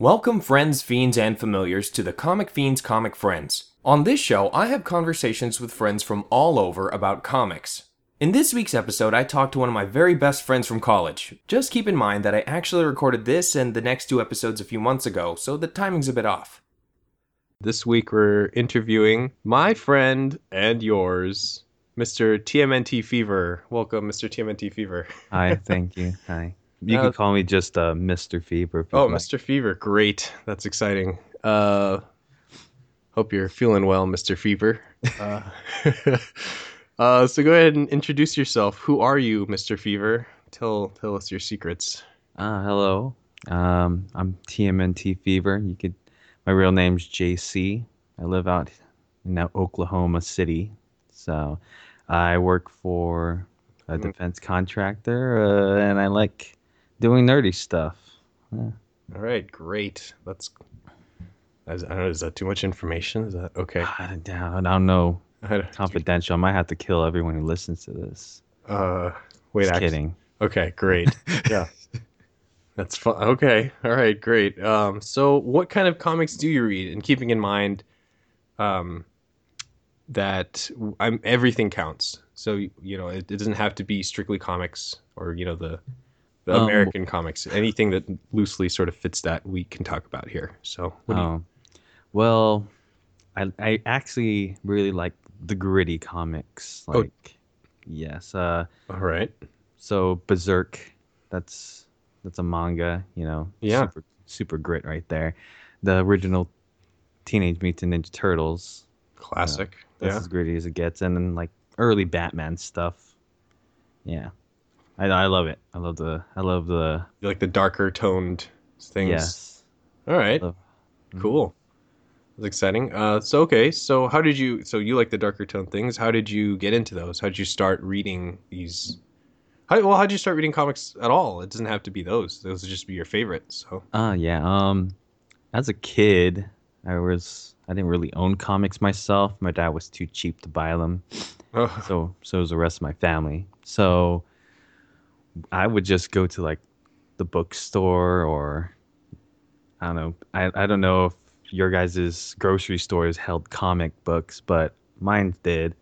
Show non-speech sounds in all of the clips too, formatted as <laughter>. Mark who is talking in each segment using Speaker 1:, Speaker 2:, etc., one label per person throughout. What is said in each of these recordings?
Speaker 1: Welcome, friends, fiends, and familiars, to the Comic Fiends Comic Friends. On this show, I have conversations with friends from all over about comics. In this week's episode, I talked to one of my very best friends from college. Just keep in mind that I actually recorded this and the next two episodes a few months ago, so the timing's a bit off.
Speaker 2: This week we're interviewing my friend and yours, Mr. TMNT Fever. Welcome, Mr. TMNT Fever.
Speaker 3: Hi, thank you. Hi. You
Speaker 2: Uh,
Speaker 3: can call me just uh, Mr. Fever. if you'd
Speaker 2: Oh,
Speaker 3: like.
Speaker 2: Mr. Fever, great. That's exciting. Uh, hope you're feeling well, Mr. Fever. Uh, <laughs> uh, so go ahead and introduce yourself. Who are you, Mr. Fever? Tell tell us your secrets. Ah,
Speaker 3: Uh, hello. Um, I'm TMNT Fever. You could. My real name's JC. I live out in uh, Oklahoma City. So, I work for a
Speaker 2: Mm.
Speaker 3: defense contractor, uh, and I like doing nerdy stuff.
Speaker 2: All right, great. That's I don't know. Is that too much information? Is that okay?
Speaker 3: I don't- I don't know.
Speaker 2: I don't-
Speaker 3: Confidential. I might have to kill everyone who listens to this.
Speaker 2: Uh, wait,
Speaker 3: Just
Speaker 2: actually-
Speaker 3: kidding.
Speaker 2: Okay,
Speaker 3: <laughs>
Speaker 2: great. Yeah. That's fun. Okay. All right, great. Um, so what kind of comics do you read? And keeping in mind um, that w- I'm everything counts. So, y- you know, it, it doesn't have to be strictly comics or, you know, the, the
Speaker 3: Um,
Speaker 2: American comics. Anything that loosely sort of fits that we can talk about here. So, what do you,
Speaker 3: Um, well, I I actually really like the gritty comics.
Speaker 2: Oh.
Speaker 3: Like, yes. Uh,
Speaker 2: all right.
Speaker 3: so Berserk, that's that's a manga. You know,
Speaker 2: Yeah.
Speaker 3: super, super grit right there. The original Teenage Mutant Ninja Turtles.
Speaker 2: Classic.
Speaker 3: That's
Speaker 2: yeah.
Speaker 3: as gritty as it gets, and then like early Batman stuff. Yeah, I I love it. I love the I love the
Speaker 2: You like the darker toned things.
Speaker 3: yes.
Speaker 2: All right.
Speaker 3: Love- Mm-hmm.
Speaker 2: Cool. That's exciting. Uh, so okay, so how did you? So you like the darker tone things? How did you get into those? How did you start reading these? How, well, how did you start reading comics at all? It doesn't have to be those. Those would just be your favorites. So <laughs>
Speaker 3: Uh yeah. Um as a kid, I was I didn't really own comics myself. My dad was too cheap to buy them.
Speaker 2: Oh,
Speaker 3: So so was the rest of my family. So I would just go to like the bookstore or I don't know. I, I don't know if your guys' grocery stores held comic books, but mine did.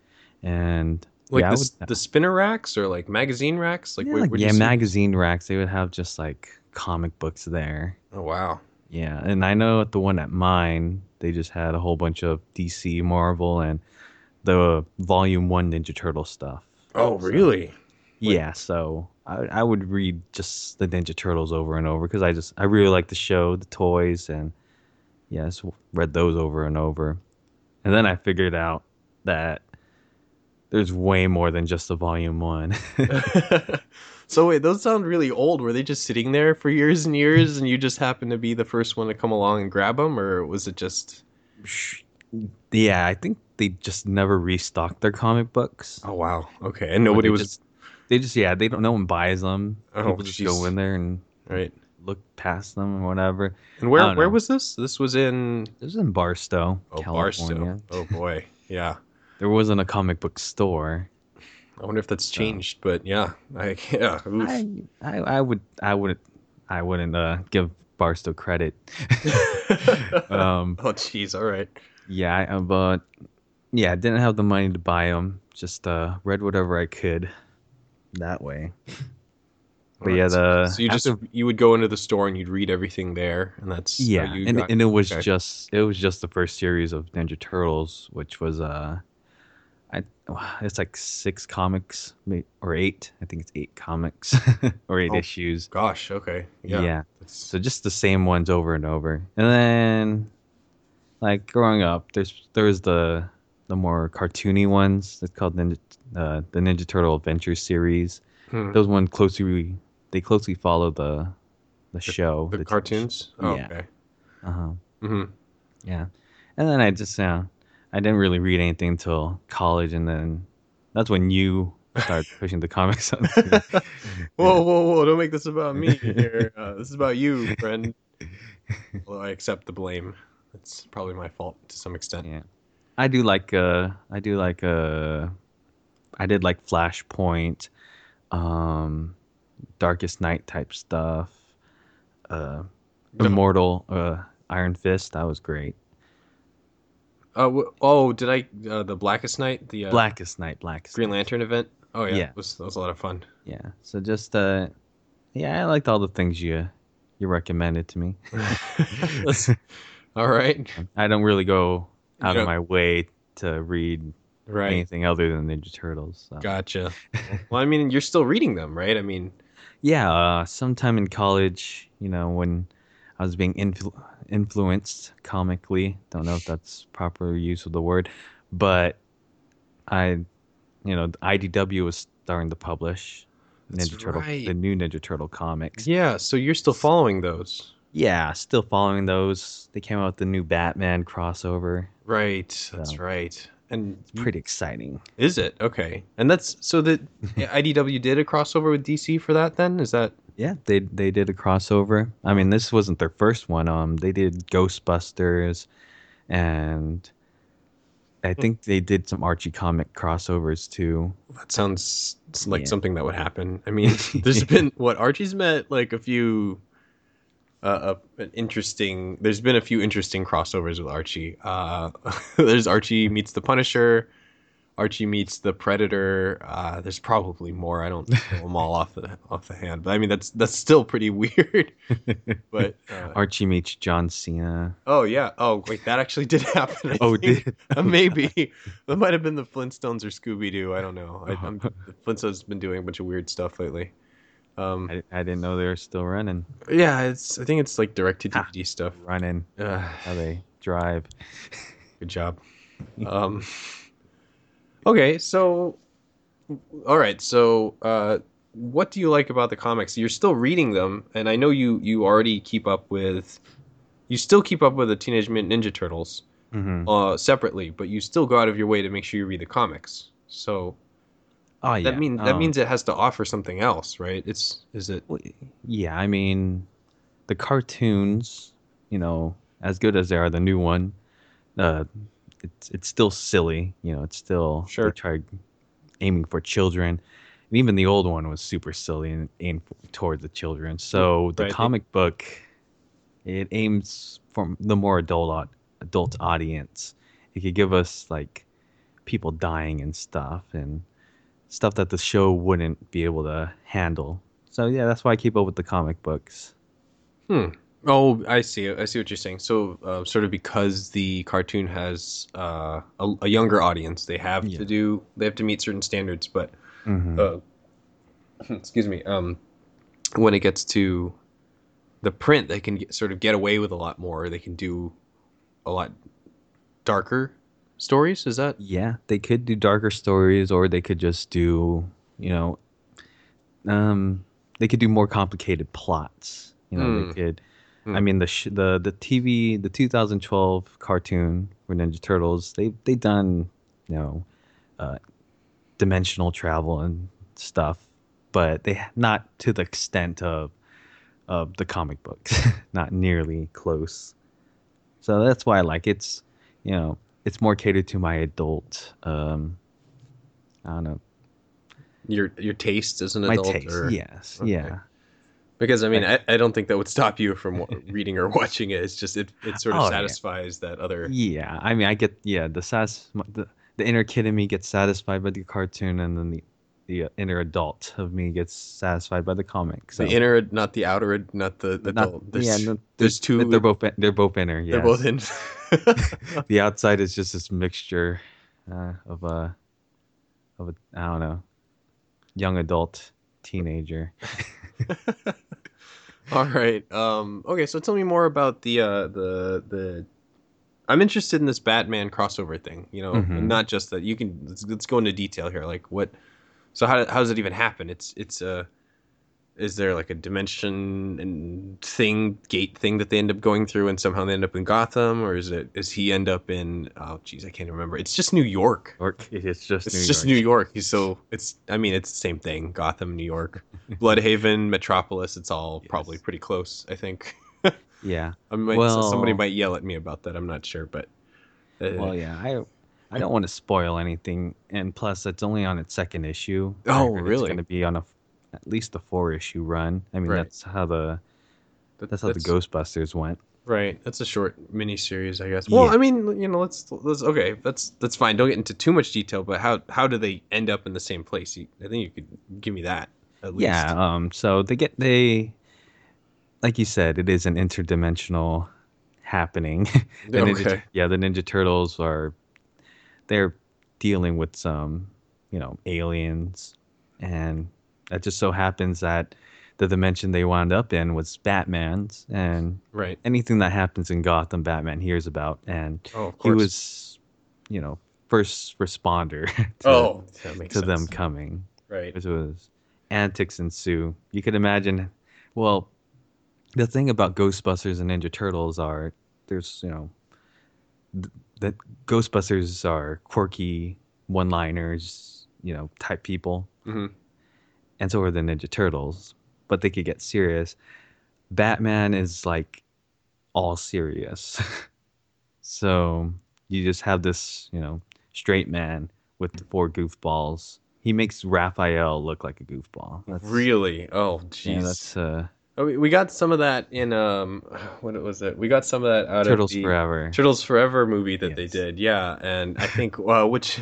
Speaker 3: And
Speaker 2: like
Speaker 3: yeah, I
Speaker 2: the, s-
Speaker 3: would-
Speaker 2: the spinner racks or like magazine racks. Like
Speaker 3: yeah,
Speaker 2: where-
Speaker 3: like,
Speaker 2: where'd you
Speaker 3: yeah
Speaker 2: see-
Speaker 3: magazine racks, they would have just like comic books there.
Speaker 2: Oh wow.
Speaker 3: Yeah, and I know at the one at mine, they just had a whole bunch of DC, Marvel, and the Volume One Ninja Turtle stuff.
Speaker 2: Oh really?
Speaker 3: yeah, so I, I would read just the Ninja Turtles over and over because I just I really like the show, the toys, and yes, read those over and over. And then I figured out that there's way more than just the Volume One.
Speaker 2: <laughs>
Speaker 3: <laughs>
Speaker 2: so wait, those sound really old. Were they just sitting there for years and years, and you just happened to be the first one to come along and grab them, or was it just?
Speaker 3: yeah, I think they just never restocked their comic books.
Speaker 2: Oh wow. Okay, and
Speaker 3: Or
Speaker 2: nobody
Speaker 3: they
Speaker 2: was
Speaker 3: just- they just yeah they don't no one buys them
Speaker 2: Oh,
Speaker 3: people just go
Speaker 2: jeez.
Speaker 3: in there and
Speaker 2: right.
Speaker 3: look past them or whatever
Speaker 2: And where
Speaker 3: I don't
Speaker 2: where
Speaker 3: know.
Speaker 2: was this? This was in
Speaker 3: this is in barstow
Speaker 2: oh,
Speaker 3: california
Speaker 2: Barstow. Oh boy, yeah.
Speaker 3: there wasn't a comic book store
Speaker 2: I wonder if that's changed, but yeah, I <laughs> yeah. oof.
Speaker 3: I, I i would i wouldn't i wouldn't uh give barstow credit <laughs> um
Speaker 2: oh jeez, all right.
Speaker 3: yeah I, uh, but yeah i didn't have the money to buy them just uh read whatever i could that way but
Speaker 2: Alright,
Speaker 3: yeah
Speaker 2: so-
Speaker 3: the
Speaker 2: so you just
Speaker 3: after-
Speaker 2: you would go into the store and you'd read everything there, and that's how
Speaker 3: yeah
Speaker 2: you
Speaker 3: and,
Speaker 2: got-
Speaker 3: and it was
Speaker 2: okay.
Speaker 3: just it was just the first series of ninja turtles which was uh i <sighs> it's like six comics may- or eight i think it's eight comics <laughs> or eight
Speaker 2: Oh,
Speaker 3: issues
Speaker 2: gosh, okay,
Speaker 3: yeah.
Speaker 2: yeah. that's-
Speaker 3: so just the same ones over and over and then like growing up there's there's the the more cartoony ones it's called ninja uh, the ninja turtle adventure series
Speaker 2: Hmm.
Speaker 3: those one closely they closely follow the the show
Speaker 2: the
Speaker 3: t-
Speaker 2: cartoons. Oh,
Speaker 3: yeah.
Speaker 2: <laughs> okay.
Speaker 3: uh-huh
Speaker 2: hmm
Speaker 3: Yeah. And then I just, you know, I didn't really read anything until college. And then that's when you started pushing the comics on me.
Speaker 2: <laughs> Whoa, whoa, whoa! Don't make this about me here. Uh, this is about you, <laughs> friend. Although I accept the blame. It's probably my fault to some extent.
Speaker 3: Yeah. I do like, uh, I do like, uh, I did like Flashpoint, um, Darkest Night type stuff. Uh, Immortal uh, Iron Fist. That was great.
Speaker 2: Uh, wh- oh, did I uh, the Blackest Night, the uh,
Speaker 3: Blackest Night, Blackest.
Speaker 2: Green Lantern event? Oh yeah,
Speaker 3: Yeah.
Speaker 2: That, was, that was a lot
Speaker 3: <laughs>
Speaker 2: of fun. <laughs>
Speaker 3: Yeah. So just uh, yeah, I liked all the things you you recommended to me.
Speaker 2: That's- All right,
Speaker 3: I don't really go out
Speaker 2: Yeah.
Speaker 3: of my way to read
Speaker 2: right,
Speaker 3: anything other than Ninja Turtles. So. <laughs>
Speaker 2: gotcha. well, I mean, you're still reading them, right? I mean,
Speaker 3: Yeah, uh, sometime in college, you know, when I was being influ- influenced comically, don't know if that's proper use of the word, but I, you know, IDW was starting to publish
Speaker 2: That's
Speaker 3: Ninja Turtle,
Speaker 2: right.
Speaker 3: the new Ninja Turtle comics.
Speaker 2: yeah. So you're still following those,
Speaker 3: Yeah, still following those. They came out with the new Batman crossover.
Speaker 2: right? That's
Speaker 3: Yeah.
Speaker 2: right. And
Speaker 3: It's pretty exciting.
Speaker 2: is it okay? And that's so
Speaker 3: <laughs>
Speaker 2: that IDW did a crossover with DC for that. Then is that
Speaker 3: Yeah, they they did a crossover. I mean, this wasn't their first one. Um, they did Ghostbusters, and I
Speaker 2: Hmm.
Speaker 3: think they did some Archie comic crossovers too.
Speaker 2: that sounds like
Speaker 3: Yeah.
Speaker 2: something that would happen? I
Speaker 3: <laughs>
Speaker 2: mean, there's been what Archie's met like a few. Uh, uh, an interesting. There's been a few interesting crossovers with Archie. Uh, <laughs> there's Archie meets the Punisher. Archie meets the Predator. Uh, there's probably more. I
Speaker 3: <laughs>
Speaker 2: don't know them all off the off the hand, but I mean that's that's still pretty
Speaker 3: <laughs>
Speaker 2: <laughs> weird. but uh,
Speaker 3: Archie meets John Cena.
Speaker 2: <laughs> Oh yeah. Oh wait, that actually did <laughs> happen. I
Speaker 3: Oh, it
Speaker 2: think. <laughs> Uh, maybe that might have been the Flintstones or Scooby Doo. I don't know. I, I'm, the Flintstones has been doing a bunch of weird stuff lately. Um,
Speaker 3: <laughs> I, I didn't know they were still running,
Speaker 2: yeah, it's. I think it's like direct to DVD stuff.
Speaker 3: running
Speaker 2: Uh,
Speaker 3: how they drive.
Speaker 2: good job. Um, okay, so all right, so uh, what do you like about the comics? You're still reading them, and I know you you already keep up with. You still keep up with the Teenage Mutant Ninja Turtles.
Speaker 3: hmm
Speaker 2: uh, separately, but you still go out of your way to make sure you read the comics. So
Speaker 3: Oh yeah,
Speaker 2: that means that
Speaker 3: um,
Speaker 2: means it has to offer something else, right? It's is it
Speaker 3: Well, yeah, I mean, the cartoons, you know, as good as they are, the new one, uh, it's it's still silly. You know, it's still they
Speaker 2: Sure.
Speaker 3: tried aiming for children, and even the old one was super silly and aimed toward the children. So the
Speaker 2: Right.
Speaker 3: comic book, it aims for the more adult au- adult audience. It could give us like people dying and stuff and stuff that the show wouldn't be able to handle. So yeah, that's why I keep up with the comic books.
Speaker 2: Oh, I see. I see what you're saying. So, uh, sort of because the cartoon has uh, a, a younger audience, they have
Speaker 3: Yeah.
Speaker 2: to do they have to meet certain standards. But
Speaker 3: Mhm.
Speaker 2: uh, <laughs> excuse me, um, when it gets to the print, they can get, sort of get away with a lot more. They can do a lot darker stories. Is that
Speaker 3: yeah, they could do darker stories, or they could just do you know, um, they could do more complicated plots. You know,
Speaker 2: Hmm.
Speaker 3: they could. I
Speaker 2: Hmm.
Speaker 3: mean, the sh- the the TV, the 2012 cartoon for Ninja Turtles, they they done you know, uh, dimensional travel and stuff, but they not to the extent of of the comic books, <laughs> not nearly close. So that's why I like it's you know it's more catered to my adult. Um, I don't know
Speaker 2: your your taste as an
Speaker 3: my
Speaker 2: adult?
Speaker 3: taste.
Speaker 2: or-
Speaker 3: Yes,
Speaker 2: Okay.
Speaker 3: yeah.
Speaker 2: Because I mean, I, I don't think that would stop you from
Speaker 3: <laughs>
Speaker 2: wa- reading or watching it. It's just it, it sort of
Speaker 3: Oh, yeah.
Speaker 2: satisfies that other.
Speaker 3: Yeah, I mean, I get yeah the satis- the, the inner kid in me gets satisfied by the cartoon, and then the the uh, inner adult of me gets satisfied by the comic. So
Speaker 2: The inner, not the outer, not the the
Speaker 3: Not-
Speaker 2: adult. There's,
Speaker 3: yeah, no,
Speaker 2: there's two.
Speaker 3: they're both in- they're both inner. Yeah,
Speaker 2: they're both in. <laughs>
Speaker 3: the outside is just this mixture uh, of a of a I don't know young adult teenager.
Speaker 2: All right. Um. Okay. So tell me more about the uh the the. I'm interested in this Batman crossover thing. You know,
Speaker 3: Mhm.
Speaker 2: not just that. You can let's, let's go into detail here. Like what? So how how does it even happen? It's it's uh Is there like a dimension and thing gate thing that they end up going through, and somehow they end up in Gotham, or is it is he end up in? Oh, geez, I can't remember. It's just New York.
Speaker 3: Or it's just
Speaker 2: It's
Speaker 3: New
Speaker 2: just
Speaker 3: York.
Speaker 2: New York. He's So it's I mean it's the same thing. Gotham,
Speaker 3: <laughs>
Speaker 2: New York, Bloodhaven, Metropolis. It's all
Speaker 3: Yes.
Speaker 2: probably pretty close. I think. <laughs>
Speaker 3: yeah.
Speaker 2: I might,
Speaker 3: Well-
Speaker 2: somebody might yell at me about that. I'm not sure, but uh,
Speaker 3: Well, yeah. I I don't want to spoil anything, and plus, it's only on its second issue. I
Speaker 2: Oh,
Speaker 3: heard
Speaker 2: really?
Speaker 3: It's going to be on a f- at least a four issue run. I mean,
Speaker 2: Right.
Speaker 3: that's how the
Speaker 2: That-
Speaker 3: That's how the Ghostbusters went.
Speaker 2: Right. That's a short mini series, I guess.
Speaker 3: Yeah.
Speaker 2: Well, I mean, you know, let's let's okay. That's that's fine. Don't get into too much detail, but how how do they end up in the same place? You, I think you could give me that at least.
Speaker 3: Yeah. Um. So they get they, like you said, it is an interdimensional happening. <laughs> the Ninja-
Speaker 2: Okay.
Speaker 3: yeah, the Ninja Turtles are they're dealing with some, you know, aliens, and it just so happens that the dimension they wound up in was Batman's, and
Speaker 2: Right.
Speaker 3: anything that happens in Gotham, Batman hears about, and
Speaker 2: Oh, of
Speaker 3: he
Speaker 2: course.
Speaker 3: was, you know, first responder <laughs> to,
Speaker 2: oh, that makes
Speaker 3: to them
Speaker 2: sense.
Speaker 3: coming
Speaker 2: Right.
Speaker 3: it was antics ensue. You could imagine. Well, the thing about Ghostbusters and Ninja Turtles are there's you know th- that Ghostbusters are quirky one-liners, you know, type people,
Speaker 2: Mhm.
Speaker 3: and so are the Ninja Turtles. But they could get serious. Batman is like all serious, <laughs> so you just have this you know straight man with the four goofballs. He makes Raphael look like a goofball. That's,
Speaker 2: Really? Oh, jeez.
Speaker 3: yeah, that's uh,
Speaker 2: Oh, we- we got some of that in um, <sighs> what was it? We got some of that out
Speaker 3: Turtles
Speaker 2: of the
Speaker 3: Forever.
Speaker 2: Turtles Forever movie that they
Speaker 3: Yes.
Speaker 2: did. Yeah, and I think <laughs> uh, which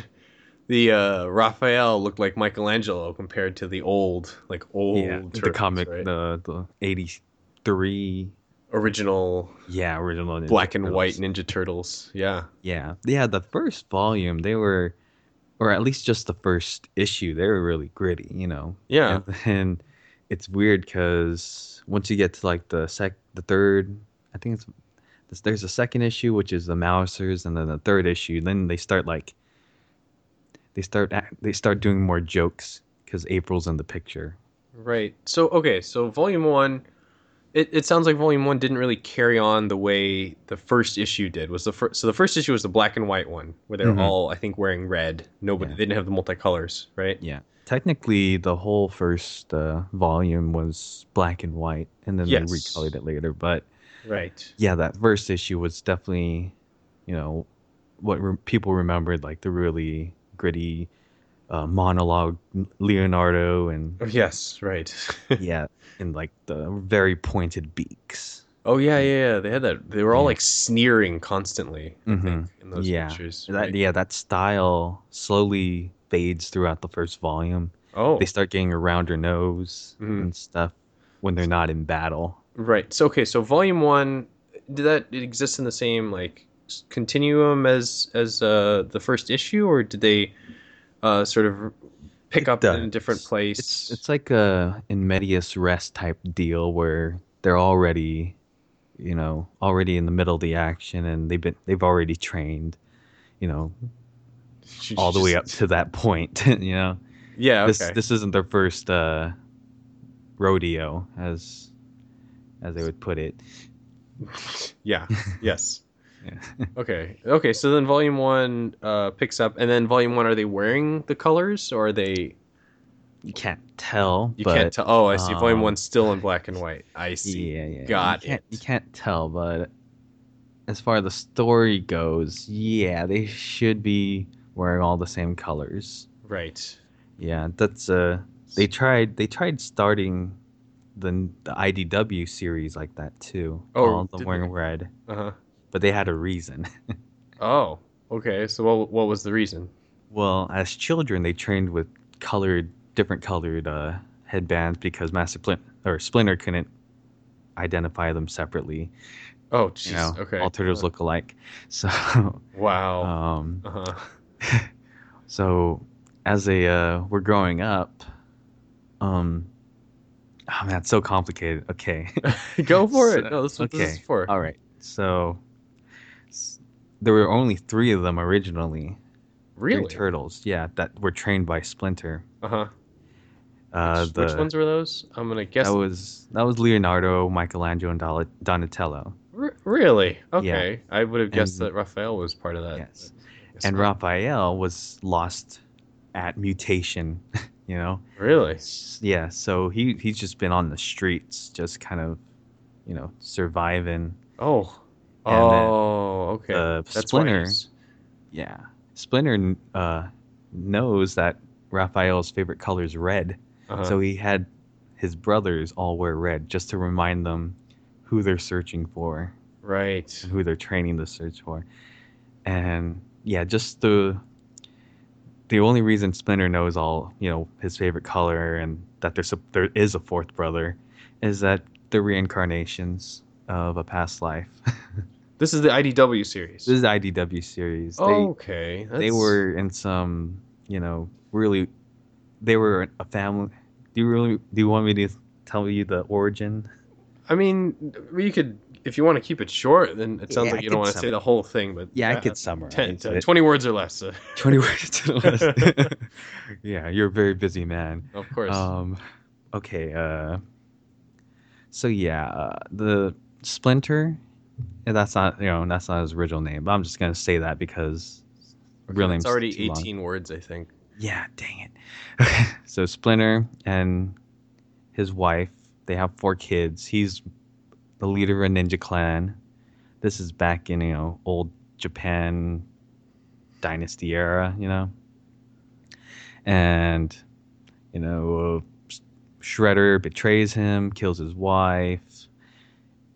Speaker 2: the uh, Raphael looked like Michelangelo compared to the old, like old
Speaker 3: yeah, the
Speaker 2: Turtles,
Speaker 3: comic,
Speaker 2: right?
Speaker 3: the the '83,
Speaker 2: original
Speaker 3: yeah, original Ninja
Speaker 2: black and white
Speaker 3: Turtles.
Speaker 2: Ninja Turtles. Yeah,
Speaker 3: Yeah, yeah, the first volume they were, or at least just the first issue, they were really gritty, you know.
Speaker 2: yeah,
Speaker 3: And, then it's weird because once you get to like the sec, the third, I think it's there's- there's a second issue which is the Mousers, and then the third issue, then they start like they start act- they start doing more jokes because April's in the picture.
Speaker 2: right. So okay, so Volume One. It, it sounds like Volume One didn't really carry on the way the first issue did. Was the first so the first issue was the black and white one where they're
Speaker 3: Mhm.
Speaker 2: all I think wearing red. Nobody
Speaker 3: Yeah.
Speaker 2: they didn't have the multicolors, right?
Speaker 3: Yeah, technically the whole first uh, volume was black and white, and then
Speaker 2: Yes.
Speaker 3: they recolored it later, but.
Speaker 2: Right.
Speaker 3: yeah, that first issue was definitely, you know, what re- people remembered, like the really gritty uh, monologue Leonardo and
Speaker 2: <laughs> Oh, Yes, right.
Speaker 3: yeah, and like the very pointed beaks.
Speaker 2: oh yeah, yeah, yeah. They had that. They were all
Speaker 3: Yeah.
Speaker 2: like sneering constantly. I
Speaker 3: Mhm.
Speaker 2: think in those
Speaker 3: Yeah.
Speaker 2: pictures.
Speaker 3: That,
Speaker 2: right?
Speaker 3: yeah, that style slowly fades throughout the first volume.
Speaker 2: Oh,
Speaker 3: They start getting around your nose
Speaker 2: Mhm.
Speaker 3: and stuff when they're not in battle.
Speaker 2: right. So okay, so volume one did that it exist in the same like s- continuum as as uh the first issue, or did they uh sort of pick up in a
Speaker 3: does.
Speaker 2: different place?
Speaker 3: It's it's like a in medias res type deal where they're already, you know, already in the middle of the action and they've been they've already trained, you know, all the way up to that point. <laughs> you know,
Speaker 2: Yeah. Okay.
Speaker 3: this this isn't their first uh, rodeo, as as they would put it. <laughs>
Speaker 2: Yeah. yes.
Speaker 3: Yeah.
Speaker 2: okay. Okay. So then, Volume One uh, picks up, and then Volume One, are they wearing the colors, or are they?
Speaker 3: You can't tell.
Speaker 2: You
Speaker 3: but,
Speaker 2: can't tell. Oh, I see. volume
Speaker 3: um,
Speaker 2: One's still in black and white. I see.
Speaker 3: Yeah, yeah.
Speaker 2: Got
Speaker 3: you can't, You
Speaker 2: it.
Speaker 3: can't tell, but as far as the story goes, yeah, they should be wearing all the same colors.
Speaker 2: Right.
Speaker 3: Yeah, that's uh they tried they tried starting the the IDW series like that too.
Speaker 2: Oh,
Speaker 3: all of them
Speaker 2: did
Speaker 3: wearing
Speaker 2: they?
Speaker 3: red,
Speaker 2: Uh huh.
Speaker 3: but they had a reason. <laughs>
Speaker 2: Oh. Okay. So what? What was the reason?
Speaker 3: well, as children, they trained with colored different colored uh, headbands because Master Splinter or Splinter couldn't identify them separately.
Speaker 2: Oh, jeez.
Speaker 3: you know,
Speaker 2: okay.
Speaker 3: all turtles look alike. <laughs> So,
Speaker 2: Wow.
Speaker 3: um,
Speaker 2: Uh
Speaker 3: <laughs>
Speaker 2: huh.
Speaker 3: so as they uh, were growing up, um, oh man, it's so complicated. Okay, <laughs>
Speaker 2: Go for it.
Speaker 3: So-
Speaker 2: No, this is uh, what this is
Speaker 3: okay. Uh,
Speaker 2: for.
Speaker 3: all right. So s- there were only three of them originally.
Speaker 2: really?
Speaker 3: Three turtles, yeah, that were trained by Splinter.
Speaker 2: Uh huh.
Speaker 3: Uh,
Speaker 2: which,
Speaker 3: the,
Speaker 2: which ones were those? I'm gonna guess.
Speaker 3: that was that was Leonardo, Michelangelo, and Dol- Donatello.
Speaker 2: R- really? Okay. I would have guessed
Speaker 3: And-
Speaker 2: that Raphael was part of that.
Speaker 3: Yes.
Speaker 2: Yes.
Speaker 3: And Raphael was lost at mutation, <laughs> you know.
Speaker 2: Really?
Speaker 3: S- yeah so he he's just been on the streets just kind of you know surviving
Speaker 2: Oh.
Speaker 3: And then,
Speaker 2: oh. Okay.
Speaker 3: uh,
Speaker 2: why
Speaker 3: Splinter-
Speaker 2: he's-
Speaker 3: yeah splinter uh knows that raphael's favorite color is red
Speaker 2: uh-huh.
Speaker 3: so he had his brothers all wear red just to remind them who they're searching for,
Speaker 2: Right.
Speaker 3: who they're training to search for, and yeah, just the the only reason Splinter knows all you know his favorite color and that there's a, there is a fourth brother, is that they're reincarnations of a past life. <laughs>
Speaker 2: This is the IDW series.
Speaker 3: this is the IDW series.
Speaker 2: Oh,
Speaker 3: They-
Speaker 2: okay.
Speaker 3: they
Speaker 2: that's-
Speaker 3: were in some, you know, really, they were a family. Do you really? Do you want me to tell you the origin?
Speaker 2: I mean, you could, if you want to keep it short, then it sounds
Speaker 3: Yeah,
Speaker 2: like
Speaker 3: I
Speaker 2: you don't
Speaker 3: could
Speaker 2: want to
Speaker 3: sum
Speaker 2: say
Speaker 3: it.
Speaker 2: the whole thing, but
Speaker 3: Yeah, I
Speaker 2: uh,
Speaker 3: could summarize
Speaker 2: 10,
Speaker 3: it.
Speaker 2: 20 words or less, <laughs> uh,
Speaker 3: <laughs> Twenty words to the list. <laughs> yeah, you're a very busy man.
Speaker 2: of course.
Speaker 3: Um, okay. Uh, so yeah, uh, the Splinter. and That's not you know that's not his original name, but I'm just gonna say that because real name's
Speaker 2: it's already
Speaker 3: too long.
Speaker 2: 18 words, I think.
Speaker 3: Yeah, dang it. <laughs> so Splinter and his wife, they have four kids. He's the leader of a ninja clan. This is back in, you know, old Japan dynasty era, you know. And you know, uh, Shredder betrays him, kills his wife,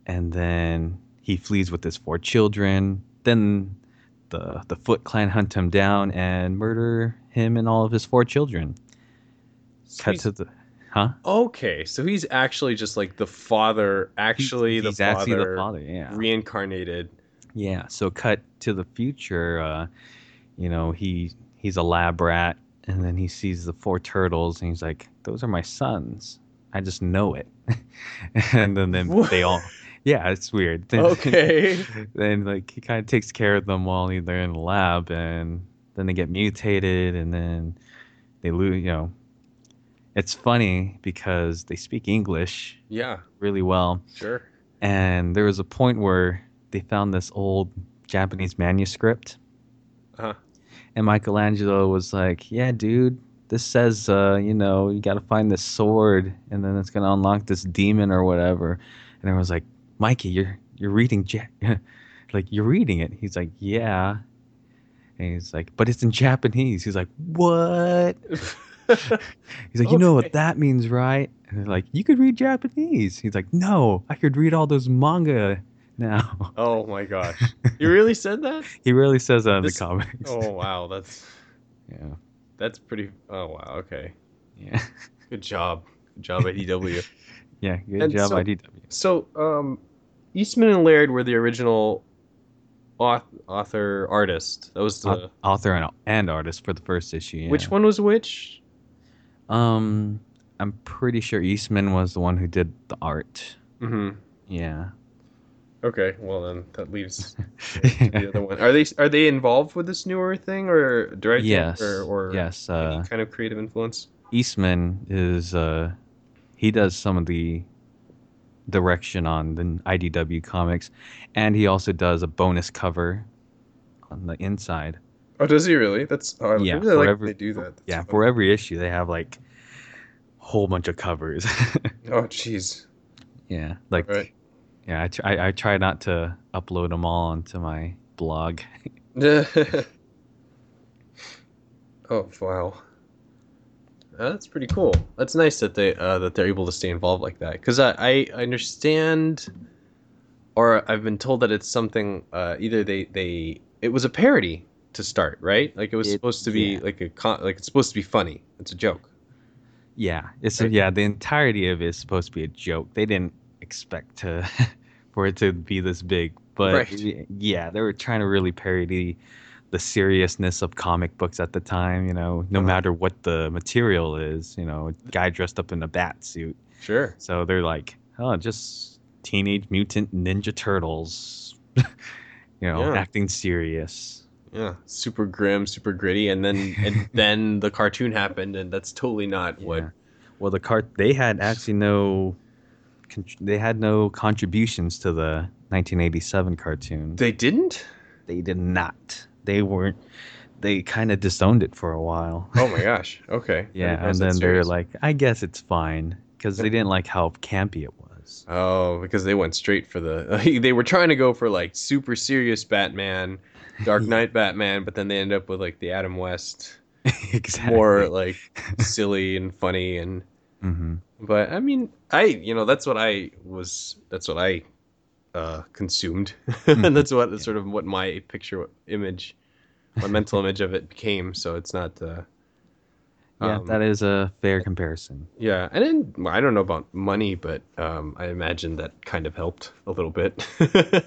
Speaker 3: and then he flees with his four children. Then the the Foot Clan hunt him down and murder him and all of his four children.
Speaker 2: So
Speaker 3: Cut
Speaker 2: he's-
Speaker 3: to the, huh?
Speaker 2: okay, so he's actually just like the father, actually
Speaker 3: He's-
Speaker 2: the
Speaker 3: he's
Speaker 2: father,
Speaker 3: actually the father. Yeah, <laughs>
Speaker 2: reincarnated.
Speaker 3: yeah. So cut to the future. Uh, you know, he he's a lab rat, and then he sees the four turtles, and he's like, "Those are my sons. I just know it." <laughs> and then, then
Speaker 2: What?
Speaker 3: they all, yeah, it's weird. Then-
Speaker 2: Okay.
Speaker 3: <laughs> then like he kind of takes care of them while he- they're in the lab, and then they get mutated, and then they lose. You know, it's funny because they speak English
Speaker 2: yeah,
Speaker 3: really well, <laughs>
Speaker 2: sure.
Speaker 3: and there was a point where they found this old Japanese manuscript,
Speaker 2: Uh-huh.
Speaker 3: and Michelangelo was like, "Yeah, dude." This says, uh, you know, you got to find this sword, and then it's gonna unlock this demon or whatever. And everyone's like, "Mikey, you're you're reading ja- <laughs> like you're reading it. He's like, yeah. And he's like, but it's in Japanese. He's like, what? He's like, you know
Speaker 2: Okay.
Speaker 3: what that means, right? And they're like, you could read Japanese. He's like, no, I could read all those manga <laughs> now.
Speaker 2: oh my gosh.
Speaker 3: <laughs>
Speaker 2: You really said that?
Speaker 3: He really says that in
Speaker 2: This-
Speaker 3: the comics.
Speaker 2: Oh wow, that's
Speaker 3: <laughs> Yeah.
Speaker 2: that's pretty Oh wow, okay.
Speaker 3: Yeah. <laughs>
Speaker 2: Good job. Good job IDW.
Speaker 3: Yeah. Good
Speaker 2: And
Speaker 3: job,
Speaker 2: so-
Speaker 3: IDW.
Speaker 2: So, um, Eastman and Laird were the original auth- author artist. That was the
Speaker 3: Au- author and, and artist for the first issue. Uh, yeah.
Speaker 2: which one was which?
Speaker 3: Um, I'm pretty sure Eastman was the one who did the art.
Speaker 2: Mm-hmm.
Speaker 3: Yeah.
Speaker 2: Okay, well then that leaves the
Speaker 3: <laughs>
Speaker 2: other one. Are they are they involved with this newer thing or directing
Speaker 3: yes.
Speaker 2: or, or
Speaker 3: yes. Uh,
Speaker 2: any kind of creative influence?
Speaker 3: Eastman is uh he does some of the direction on the IDW comics and he also does a bonus cover on the inside.
Speaker 2: Oh, does he really? That's oh, I
Speaker 3: Yeah,
Speaker 2: really like
Speaker 3: forever-
Speaker 2: they do that. That's
Speaker 3: Yeah,
Speaker 2: fun.
Speaker 3: for every issue they have like a whole bunch of covers. <laughs>
Speaker 2: Oh, jeez.
Speaker 3: yeah, like
Speaker 2: Right.
Speaker 3: yeah, I, tr- I I try not to upload them all onto my blog.
Speaker 2: <laughs> oh wow, Uh, that's pretty cool. That's nice that they uh, that they're able to stay involved like that. Because I, I understand, or I've been told that it's something. Uh, either they they it was a parody to start, right? Like it was
Speaker 3: It-
Speaker 2: supposed to be
Speaker 3: yeah.
Speaker 2: like a con- like it's supposed to be funny. It's a joke.
Speaker 3: Yeah, it's
Speaker 2: Right.
Speaker 3: yeah. The entirety of it is supposed to be a joke. They didn't expect to <laughs> for it to be this big, but
Speaker 2: Right.
Speaker 3: y- yeah, they were trying to really parody the seriousness of comic books at the time. You know, no
Speaker 2: Uh-huh.
Speaker 3: matter what the material is, you know, a guy dressed up in a bat suit.
Speaker 2: Sure.
Speaker 3: So they're like, oh, just teenage mutant ninja turtles, <laughs> you know,
Speaker 2: Yeah.
Speaker 3: acting serious.
Speaker 2: Yeah. Super grim, super gritty, and then
Speaker 3: <laughs>
Speaker 2: and then the cartoon happened, and that's totally not what.
Speaker 3: Yeah. Well, the cart they had actually no, con- they had no contributions to the 1987 cartoon. They,
Speaker 2: They didn't.
Speaker 3: did not. They weren't. They kind of disowned it for a while.
Speaker 2: Oh my gosh. Okay. I didn't know
Speaker 3: Yeah,
Speaker 2: it
Speaker 3: and
Speaker 2: was that
Speaker 3: then they're
Speaker 2: serious.
Speaker 3: like, I guess it's fine because they didn't like how campy it was. <laughs>
Speaker 2: Oh, because they went straight for the. <laughs> They were trying to go for like super serious Batman, Dark Knight Batman, but then they end up with like the Adam West,
Speaker 3: exactly.
Speaker 2: more like silly and funny and.
Speaker 3: Mhm.
Speaker 2: But I mean, I you know that's what I was. That's what I uh, consumed, <laughs> and that's what that's sort of what my picture image, my mental image of it became. So it's not. Uh,
Speaker 3: Yeah,
Speaker 2: um,
Speaker 3: that is a fair comparison.
Speaker 2: Yeah, and then well, I don't know about money, but um, I imagine that kind of helped a little bit.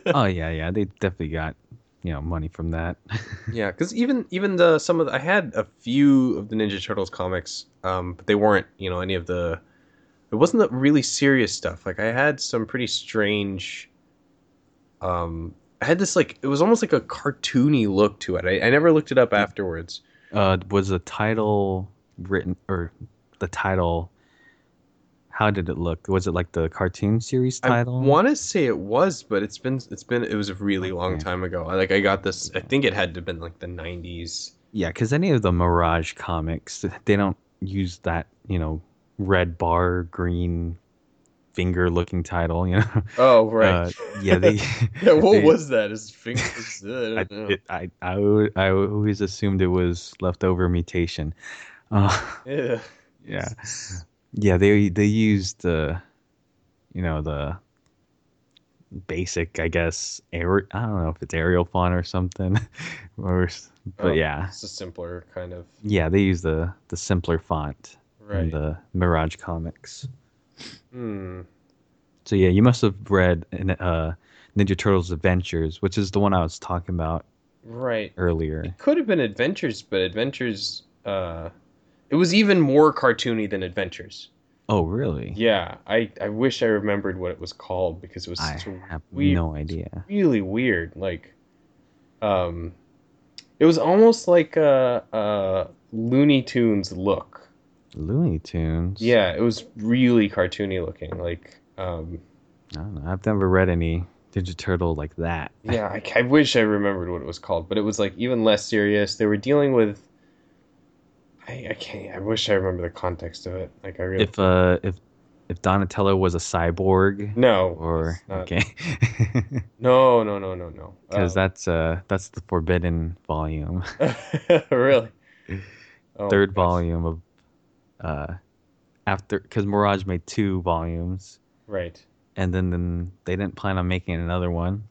Speaker 2: <laughs>
Speaker 3: oh yeah, yeah. They definitely got you know money from that. <laughs>
Speaker 2: yeah, because even even the some of the, I had a few of the Ninja Turtles comics, um, but they weren't you know any of the. It wasn't the really serious stuff. Like I had some pretty strange. Um, I had this like it was almost like a cartoony look to it. I, I never looked it up afterwards.
Speaker 3: uh, was the title written or the title? How did it look? Was it like the cartoon series title?
Speaker 2: I want to say it was, but it's been it's been it was a really long
Speaker 3: Okay.
Speaker 2: time ago. I- Like I got this. I think it had to have been like the '90s.
Speaker 3: Yeah, because any of the Mirage comics, they don't use that you know red bar green finger looking title. You know, <laughs>
Speaker 2: Oh right.
Speaker 3: Uh, yeah, they. <laughs>
Speaker 2: yeah, <laughs> what
Speaker 3: they-
Speaker 2: was that?
Speaker 3: <laughs>
Speaker 2: His fingers. I
Speaker 3: I,
Speaker 2: don't know.
Speaker 3: it, I, I, would- I always assumed it was leftover mutation. Uh, <laughs>
Speaker 2: yeah. <laughs>
Speaker 3: yeah. yeah they they used the you know the basic i guess aer- i don't know if it's aerial font or something <laughs> or s- but
Speaker 2: Oh,
Speaker 3: yeah
Speaker 2: It's a simpler kind of
Speaker 3: yeah they use the the simpler font in
Speaker 2: right.
Speaker 3: the mirage comics
Speaker 2: Hmm.
Speaker 3: so yeah you must have read in, uh ninja turtles adventures which is the one i was talking about
Speaker 2: Right.
Speaker 3: earlier
Speaker 2: Could have been Adventures, but Adventures. Uh, it was even more cartoony than Adventures.
Speaker 3: oh really
Speaker 2: Yeah, I, I wish I remembered what it was called because it was
Speaker 3: i
Speaker 2: such a
Speaker 3: have
Speaker 2: weird
Speaker 3: no idea
Speaker 2: really weird. Like, um, it was almost like a, a Looney Tunes look.
Speaker 3: looney tunes
Speaker 2: Yeah, it was really cartoony looking. Like, um,
Speaker 3: i don't know i've never read any ninja turtle like that
Speaker 2: <laughs> yeah, I, I wish I remembered what it was called, but it was like even less serious. They were dealing with. I, I can't. I wish I remember the context of it. Like I really
Speaker 3: if uh if if Donatello was a cyborg
Speaker 2: no
Speaker 3: or
Speaker 2: it's not.
Speaker 3: okay <laughs>
Speaker 2: no no no no no
Speaker 3: because
Speaker 2: Um,
Speaker 3: that's uh that's the forbidden volume
Speaker 2: <laughs> really Oh,
Speaker 3: <laughs> third
Speaker 2: gosh.
Speaker 3: volume of uh after because Mirage made two volumes
Speaker 2: right
Speaker 3: and then, then they didn't plan on making another one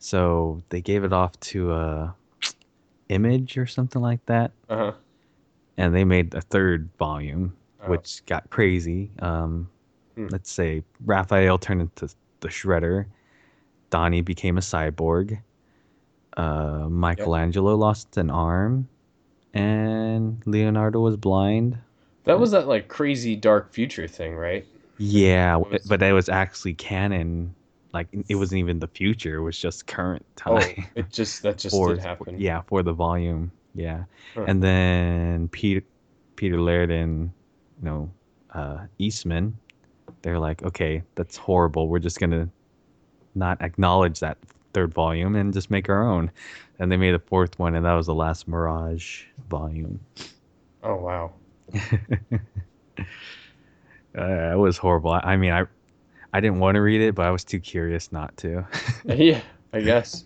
Speaker 3: so they gave it off to uh image or something like that
Speaker 2: uh huh
Speaker 3: and they made a third volume
Speaker 2: Oh.
Speaker 3: which got crazy. Um,
Speaker 2: Hmm.
Speaker 3: Let's say Raphael turned into the Shredder, Donnie became a cyborg, uh, Michelangelo lost an arm, and Leonardo was blind.
Speaker 2: Hmm. that was that like crazy dark future thing right
Speaker 3: Yeah,
Speaker 2: It was-
Speaker 3: but that was actually canon. Like it wasn't even the future; it was just current
Speaker 2: Oh,
Speaker 3: time. <laughs>
Speaker 2: it just that just
Speaker 3: for,
Speaker 2: did happen.
Speaker 3: yeah, for the volume. Yeah.
Speaker 2: Huh.
Speaker 3: And then Peter Peter Laird and you know uh Eastman, they're like, okay, that's horrible. We're just gonna not acknowledge that third volume and just make our own. And they made a fourth one and that was the last Mirage volume.
Speaker 2: Oh wow.
Speaker 3: Uh, it was horrible. I, I mean I I didn't want to read it, but I was too curious not to.
Speaker 2: <laughs> yeah, I guess.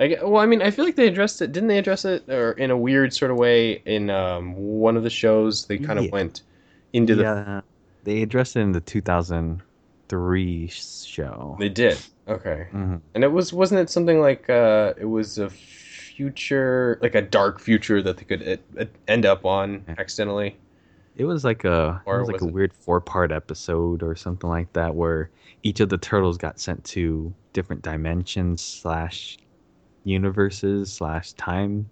Speaker 2: I gue- well, I mean, I feel like they addressed it. Didn't they address it, or in a weird sort of way, in um, one of the shows? They kind of
Speaker 3: Yeah.
Speaker 2: went into the.
Speaker 3: yeah. They addressed it in the 2003 show.
Speaker 2: They did. Okay.
Speaker 3: Mhm.
Speaker 2: And it was wasn't it something like uh, it was a future, like a dark future that they could it, it end up on
Speaker 3: Yeah.
Speaker 2: accidentally.
Speaker 3: It was like a
Speaker 2: Or
Speaker 3: it was like
Speaker 2: was
Speaker 3: a
Speaker 2: it-
Speaker 3: weird four part episode or something like that where each of the turtles got sent to different dimensions slash universes slash time,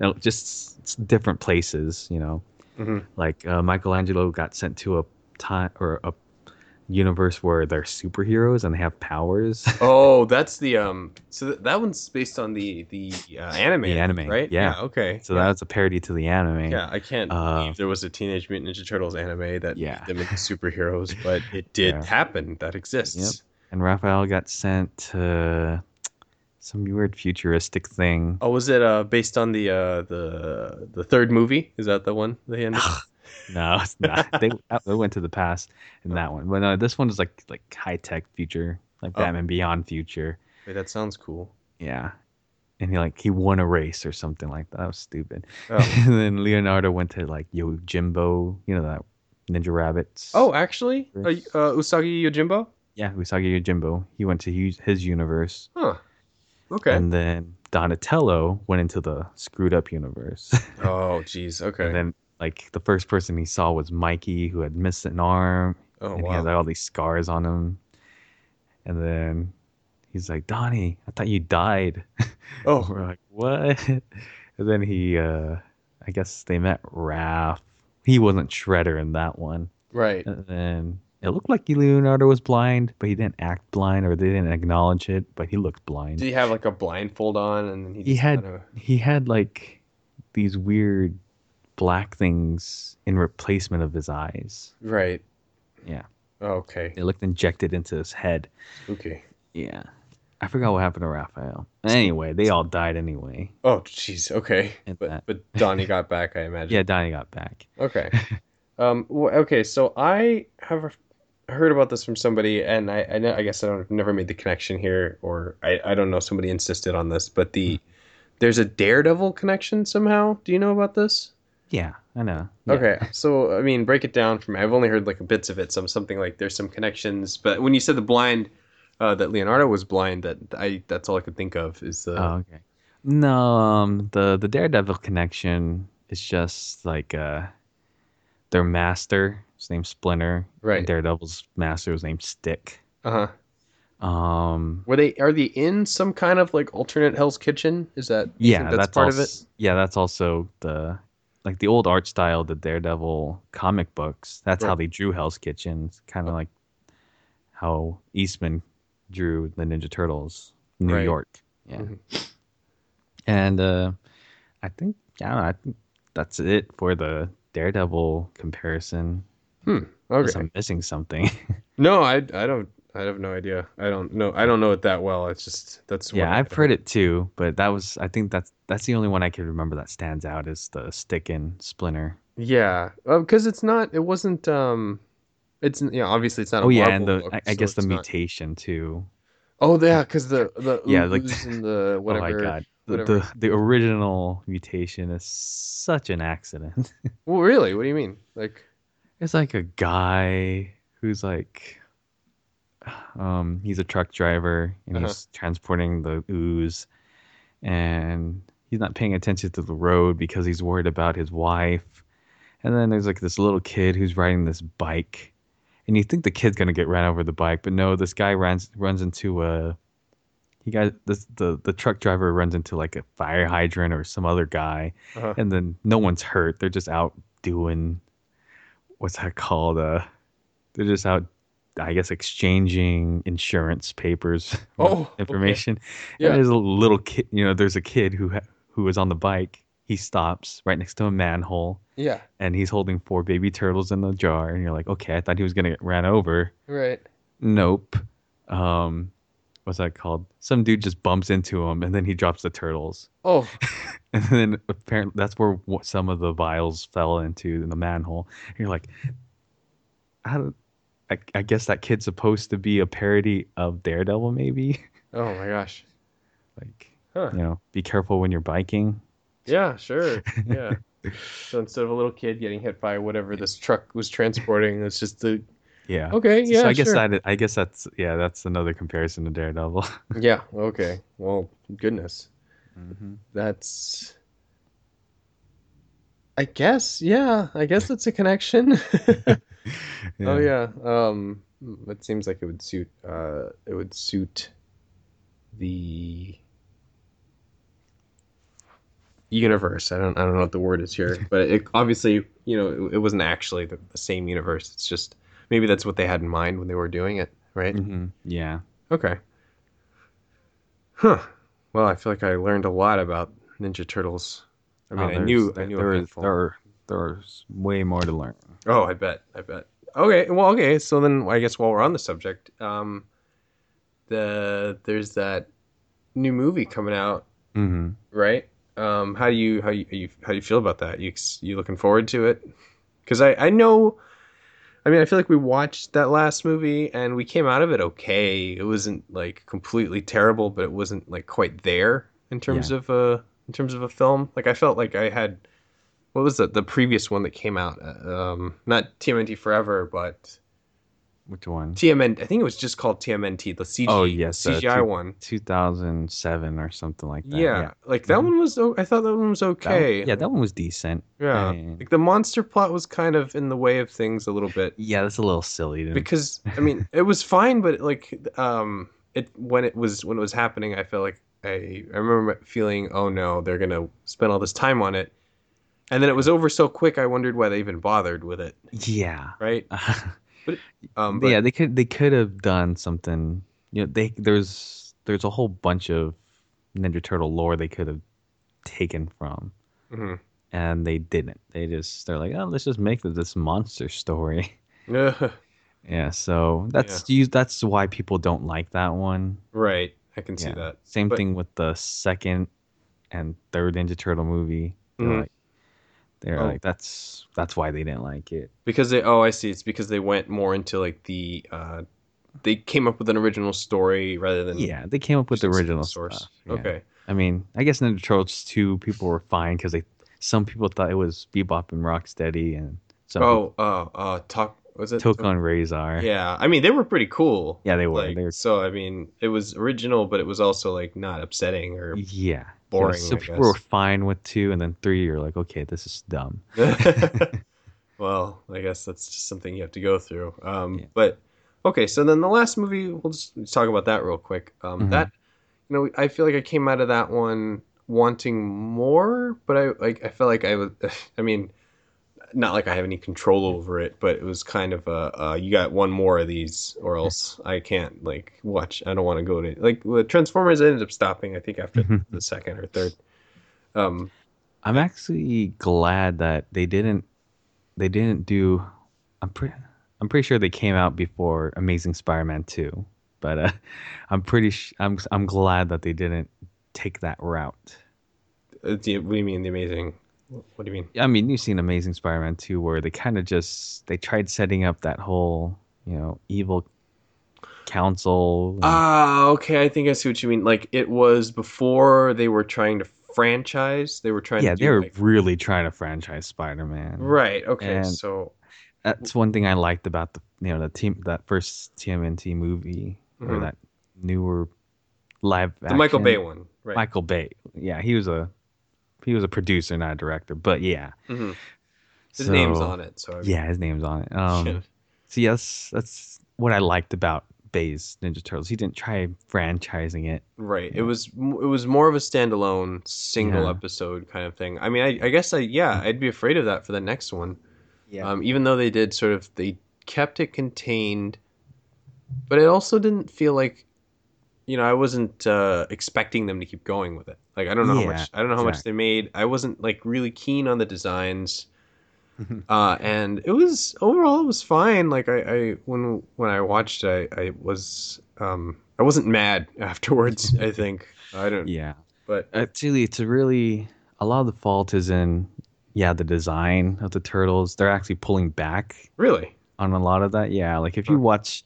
Speaker 3: you know, just s- different places. You know,
Speaker 2: hmm
Speaker 3: like uh, Michelangelo got sent to a time or a universe where they're superheroes and they have
Speaker 2: <laughs>
Speaker 3: powers.
Speaker 2: Oh, that's the um. So th- that one's based on the the uh, anime.
Speaker 3: The anime,
Speaker 2: right?
Speaker 3: yeah.
Speaker 2: okay.
Speaker 3: so that was a parody to the anime.
Speaker 2: Yeah, I can't
Speaker 3: Uh,
Speaker 2: believe there was a Teenage Mutant Ninja Turtles anime that
Speaker 3: Yeah.
Speaker 2: made them into superheroes, but it did
Speaker 3: Yeah.
Speaker 2: happen. That exists.
Speaker 3: And Raphael got sent to some weird futuristic thing.
Speaker 2: Oh, was it uh, based on the uh, the the third movie? Is that the one they ended? <laughs>
Speaker 3: No, it's not. <laughs> they, oh, they went to the past in that one, but no, this one is like like high tech future, like
Speaker 2: Oh.
Speaker 3: Batman Beyond future.
Speaker 2: Wait, that sounds cool.
Speaker 3: Yeah, and he like he won a race or something like that. That was stupid.
Speaker 2: Oh,
Speaker 3: <laughs> and then Leonardo went to like Yo Jimbo, you know that Ninja Rabbits.
Speaker 2: oh actually, uh,
Speaker 3: Yes.
Speaker 2: uh, Usagi Yojimbo.
Speaker 3: Yeah, Usagi Yojimbo. He went to his, his universe,
Speaker 2: Huh. Okay.
Speaker 3: and then Donatello went into the screwed up universe. <laughs>
Speaker 2: oh, jeez. Okay.
Speaker 3: and then, like, the first person he saw was Mikey, who had missed an arm,
Speaker 2: oh,
Speaker 3: and he had
Speaker 2: wow.
Speaker 3: like, all these scars on him. And then he's like, Donnie, I thought you died. <laughs>
Speaker 2: Oh,
Speaker 3: We're like, what? <laughs> And then he, uh, I guess they met Raph. He wasn't Shredder in that one.
Speaker 2: right.
Speaker 3: And then it looked like Leonardo was blind, but he didn't act blind or they didn't acknowledge it, but he looked blind.
Speaker 2: Did he have like a blindfold on? And then he,
Speaker 3: He
Speaker 2: just
Speaker 3: had-
Speaker 2: kinda-
Speaker 3: He had like these weird black things in replacement of his eyes.
Speaker 2: Right.
Speaker 3: Yeah.
Speaker 2: Okay.
Speaker 3: They looked injected into his head.
Speaker 2: Okay.
Speaker 3: Yeah. I forgot what happened to Raphael. Anyway, they all died anyway.
Speaker 2: Oh, jeez. Okay.
Speaker 3: And
Speaker 2: But
Speaker 3: that-
Speaker 2: but Donnie got back, I imagine.
Speaker 3: Yeah, Donnie got back.
Speaker 2: Okay. Um. wh- Okay. So I have heard about this from somebody, and I I, know, I guess I don't never made the connection here, or I I don't know. Somebody insisted on this, but
Speaker 3: Hmm.
Speaker 2: the there's a Daredevil connection somehow. Do you know about this?
Speaker 3: Yeah, I know. Yeah.
Speaker 2: Okay, so I mean, break it down for me. I've only heard like bits of it. Some something like there's some connections, but when you said the blind, uh, that Leonardo was blind, that I that's all I could think of is the
Speaker 3: Oh, okay. No, um, the the Daredevil connection is just like uh, their master. His name's Splinter.
Speaker 2: right.
Speaker 3: Daredevil's master was named Stick.
Speaker 2: Uh huh.
Speaker 3: Um,
Speaker 2: Were they are they in some kind of like alternate Hell's Kitchen? Is that you
Speaker 3: yeah,
Speaker 2: think
Speaker 3: that's,
Speaker 2: that's, part of it?
Speaker 3: als- Yeah, that's also the like the old art style, the Daredevil comic books. That's how
Speaker 2: Right.
Speaker 3: they drew Hell's Kitchen. Kind of like how Eastman drew the Ninja Turtles, New
Speaker 2: Right.
Speaker 3: York. Yeah.
Speaker 2: Mhm.
Speaker 3: And uh, I think I don't know. I think that's it for the Daredevil comparison. Unless
Speaker 2: Okay.
Speaker 3: I'm missing something.
Speaker 2: No, I I don't I have no idea. I don't know I don't know it that well. It's just that's
Speaker 3: <laughs>
Speaker 2: what
Speaker 3: yeah,
Speaker 2: I-
Speaker 3: I've heard it too, but that was I think that's that's the only one I can remember that stands out is the stick and splinter.
Speaker 2: Yeah, because it's not. It wasn't. um It's yeah. obviously, it's not. A
Speaker 3: Oh yeah,
Speaker 2: Marvel
Speaker 3: and the
Speaker 2: book,
Speaker 3: I, I
Speaker 2: so
Speaker 3: guess the
Speaker 2: it's not-
Speaker 3: mutation too.
Speaker 2: Oh yeah, because the the
Speaker 3: Yeah, like-
Speaker 2: ooze and the
Speaker 3: <laughs>
Speaker 2: whatever.
Speaker 3: oh my god. The,
Speaker 2: whatever.
Speaker 3: the the original mutation is such an accident. <laughs>
Speaker 2: Well, really? What do you mean? Like,
Speaker 3: It's like a guy who's like, <sighs> um, he's a truck driver and
Speaker 2: Uh-huh.
Speaker 3: he's transporting the ooze, and he's not paying attention to the road because he's worried about his wife. And then there's like this little kid who's riding this bike, and you think the kid's gonna get ran over the bike, but no, this guy runs runs into a. He got this, the the truck driver runs into like a fire hydrant or some other guy,
Speaker 2: uh,
Speaker 3: and then no one's hurt. They're just out doing what's that called? Uh, they're just out, I guess, exchanging insurance papers,
Speaker 2: Oh, okay.
Speaker 3: information.
Speaker 2: Yeah.
Speaker 3: And there's a little kid. You know, there's a kid who ha- who is on the bike. He stops right next to a manhole,
Speaker 2: yeah,
Speaker 3: and he's holding four baby turtles in a jar. And you're like, okay, I thought he was gonna get ran over.
Speaker 2: right.
Speaker 3: Nope. Um, what's that called? Some dude just bumps into him, and then he drops the turtles. <laughs>
Speaker 2: Oh,
Speaker 3: And then apparently that's where wha- some of the vials fell into in the manhole. And you're like, I, don't, I, I guess that kid's supposed to be a parody of Daredevil, maybe. <laughs>
Speaker 2: oh my gosh.
Speaker 3: like,
Speaker 2: Huh.
Speaker 3: you know, be careful when you're biking. <laughs>
Speaker 2: Yeah, sure. Yeah. so instead of a little kid getting hit by whatever this truck was transporting, it's just the
Speaker 3: Yeah.
Speaker 2: okay. Yeah,
Speaker 3: so I guess
Speaker 2: sure.
Speaker 3: that I guess that's yeah that's another comparison to Daredevil. <laughs>
Speaker 2: Yeah. Okay. Well, goodness. Mm-hmm. That's. I guess. Yeah. I guess that's a connection. <laughs> Oh yeah. Um, mm, it seems like it would suit. Uh, it would suit the universe. I don't. I don't know what the word is here, but it obviously, you know, it, it wasn't actually the, the same universe. It's just maybe that's what they had in mind when they were doing it, right?
Speaker 3: hmm yeah.
Speaker 2: Okay. Huh. Well, I feel like I learned a lot about Ninja Turtles. I mean,
Speaker 3: Oh,
Speaker 2: I
Speaker 3: there's-
Speaker 2: knew. I
Speaker 3: there-
Speaker 2: knew. a
Speaker 3: there is
Speaker 2: handful.
Speaker 3: there are, there's way more to learn.
Speaker 2: Oh, I bet. I bet. Okay. Well, okay. So then, I guess while we're on the subject, um, the there's that new movie coming out, Mm-hmm.
Speaker 3: hmm
Speaker 2: right? Um, how do you how you, you how do you feel about that? You ex- you looking forward to it? Because I I know, I mean, I feel like we watched that last movie and we came out of it okay. It wasn't like completely terrible, but it wasn't like quite there in terms of uh in terms of a film. Like I felt like I had what was the the previous one that came out? Uh, Um, not TMNT Forever, but
Speaker 3: Which one?
Speaker 2: TMN. I think it was just called TMNT. The CG.
Speaker 3: Oh, yes, uh,
Speaker 2: CGI
Speaker 3: T-
Speaker 2: one.
Speaker 3: 2007 or something like that.
Speaker 2: Yeah, like that
Speaker 3: Mhm.
Speaker 2: one was. o- I thought that one was
Speaker 3: That one-
Speaker 2: okay.
Speaker 3: yeah, that one was decent.
Speaker 2: yeah.
Speaker 3: Yeah.
Speaker 2: Like the monster plot was kind of in the way of things a little bit
Speaker 3: Yeah, that's a little silly. Then.
Speaker 2: because I mean it was fine, but like um, it when it was when it was happening, I felt like I I remember feeling oh no, they're gonna spend all this time on it, and then it was over so quick. I wondered why they even bothered with it,
Speaker 3: yeah. <laughs>
Speaker 2: right? Um, but
Speaker 3: yeah, they could they could have done something. You know, they there's there's a whole bunch of Ninja Turtle lore they could have taken from,
Speaker 2: mhm.
Speaker 3: and they didn't. They just they're like, oh, let's just make this monster story. <laughs>
Speaker 2: Ugh,
Speaker 3: Yeah, so that's you. That's why people don't like that one.
Speaker 2: <laughs> right, I can see
Speaker 3: Yeah.
Speaker 2: that.
Speaker 3: Same
Speaker 2: But-
Speaker 3: thing with the second and third Ninja Turtle movie. They're
Speaker 2: Mhm.
Speaker 3: like, they're
Speaker 2: Oh.
Speaker 3: like, that's that's why they didn't like it.
Speaker 2: because they oh i see it's because they went more into like the uh they came up with an original story rather than
Speaker 3: Yeah, they came up with the
Speaker 2: just
Speaker 3: original
Speaker 2: source
Speaker 3: stuff. Yeah.
Speaker 2: okay
Speaker 3: I mean, I guess Ninja Turtles two people were fine because they some people thought it was Bebop and Rocksteady and some people
Speaker 2: oh uh uh talk was it
Speaker 3: Toko and Razor.
Speaker 2: yeah i mean they were pretty cool
Speaker 3: Yeah, they were.
Speaker 2: Like,
Speaker 3: They were-
Speaker 2: so i mean it was original but it was also like not upsetting or
Speaker 3: yeah. Yeah,
Speaker 2: boring,
Speaker 3: So
Speaker 2: I
Speaker 3: people were
Speaker 2: guess.
Speaker 3: fine with two, and then three, you're like, okay, this is dumb.
Speaker 2: <laughs> well i guess that's just something you have to go through um
Speaker 3: Yeah.
Speaker 2: but okay so then the last movie we'll just talk about that real quick um
Speaker 3: Mhm.
Speaker 2: that you know i feel like i came out of that one wanting more but i like i felt like i was <laughs> i mean not like i have any control over it but it was kind of a uh, you got one more of these or else i can't like watch i don't want to go to like the transformers ended up stopping i think after the second or third um
Speaker 3: <laughs> I'm actually glad that they didn't they didn't do. I'm pretty I'm pretty sure they came out before Amazing Spider-Man two, but uh, <laughs> I'm pretty sh- I'm I'm glad that they didn't take that route.
Speaker 2: uh, the- what do you mean the amazing what do you mean
Speaker 3: I mean, you've seen Amazing Spider-Man 2 where they kind of just they tried setting up that whole, you know, evil council. and-
Speaker 2: Ah, okay. I think I see what you mean. Like it was before they were trying to franchise. They were trying
Speaker 3: yeah,
Speaker 2: to do
Speaker 3: they were
Speaker 2: like-
Speaker 3: really trying to franchise Spider-Man.
Speaker 2: right. Okay,
Speaker 3: and-
Speaker 2: so
Speaker 3: That's one thing I liked about the, you know, the team that first TMNT movie or
Speaker 2: Mhm.
Speaker 3: that newer live
Speaker 2: the Michael
Speaker 3: action-
Speaker 2: Bay one, right?
Speaker 3: Michael Bay. Yeah, he was a he was a producer, not a director, but yeah.
Speaker 2: Mhm. His name's on it, so I
Speaker 3: Yeah, his name's on it.
Speaker 2: <laughs>
Speaker 3: Um
Speaker 2: Shit.
Speaker 3: So yes, that's what I liked about Bay's Ninja Turtles. He didn't try franchising it.
Speaker 2: right.
Speaker 3: yeah.
Speaker 2: It was m- it was more of a standalone single
Speaker 3: Yeah.
Speaker 2: episode kind of thing. I mean, I, I guess I yeah, I'd be afraid of that for the next one. Um, even though they did sort of they kept it contained, but it also didn't feel like, you know, I wasn't uh, expecting them to keep going with it. Like I don't know
Speaker 3: Yeah,
Speaker 2: how much I don't know how much they made. I wasn't like really keen on the
Speaker 3: <laughs>
Speaker 2: designs, uh, and it was overall it was fine. Like I, I when when I watched, I I was um, I wasn't mad <laughs> afterwards.
Speaker 3: <laughs>
Speaker 2: I think I don't.
Speaker 3: yeah.
Speaker 2: But
Speaker 3: Actually, it's a really a lot of the fault is in yeah the design of the turtles. They're actually pulling back
Speaker 2: really,
Speaker 3: on a lot of that. Yeah, like if you
Speaker 2: Huh.
Speaker 3: watch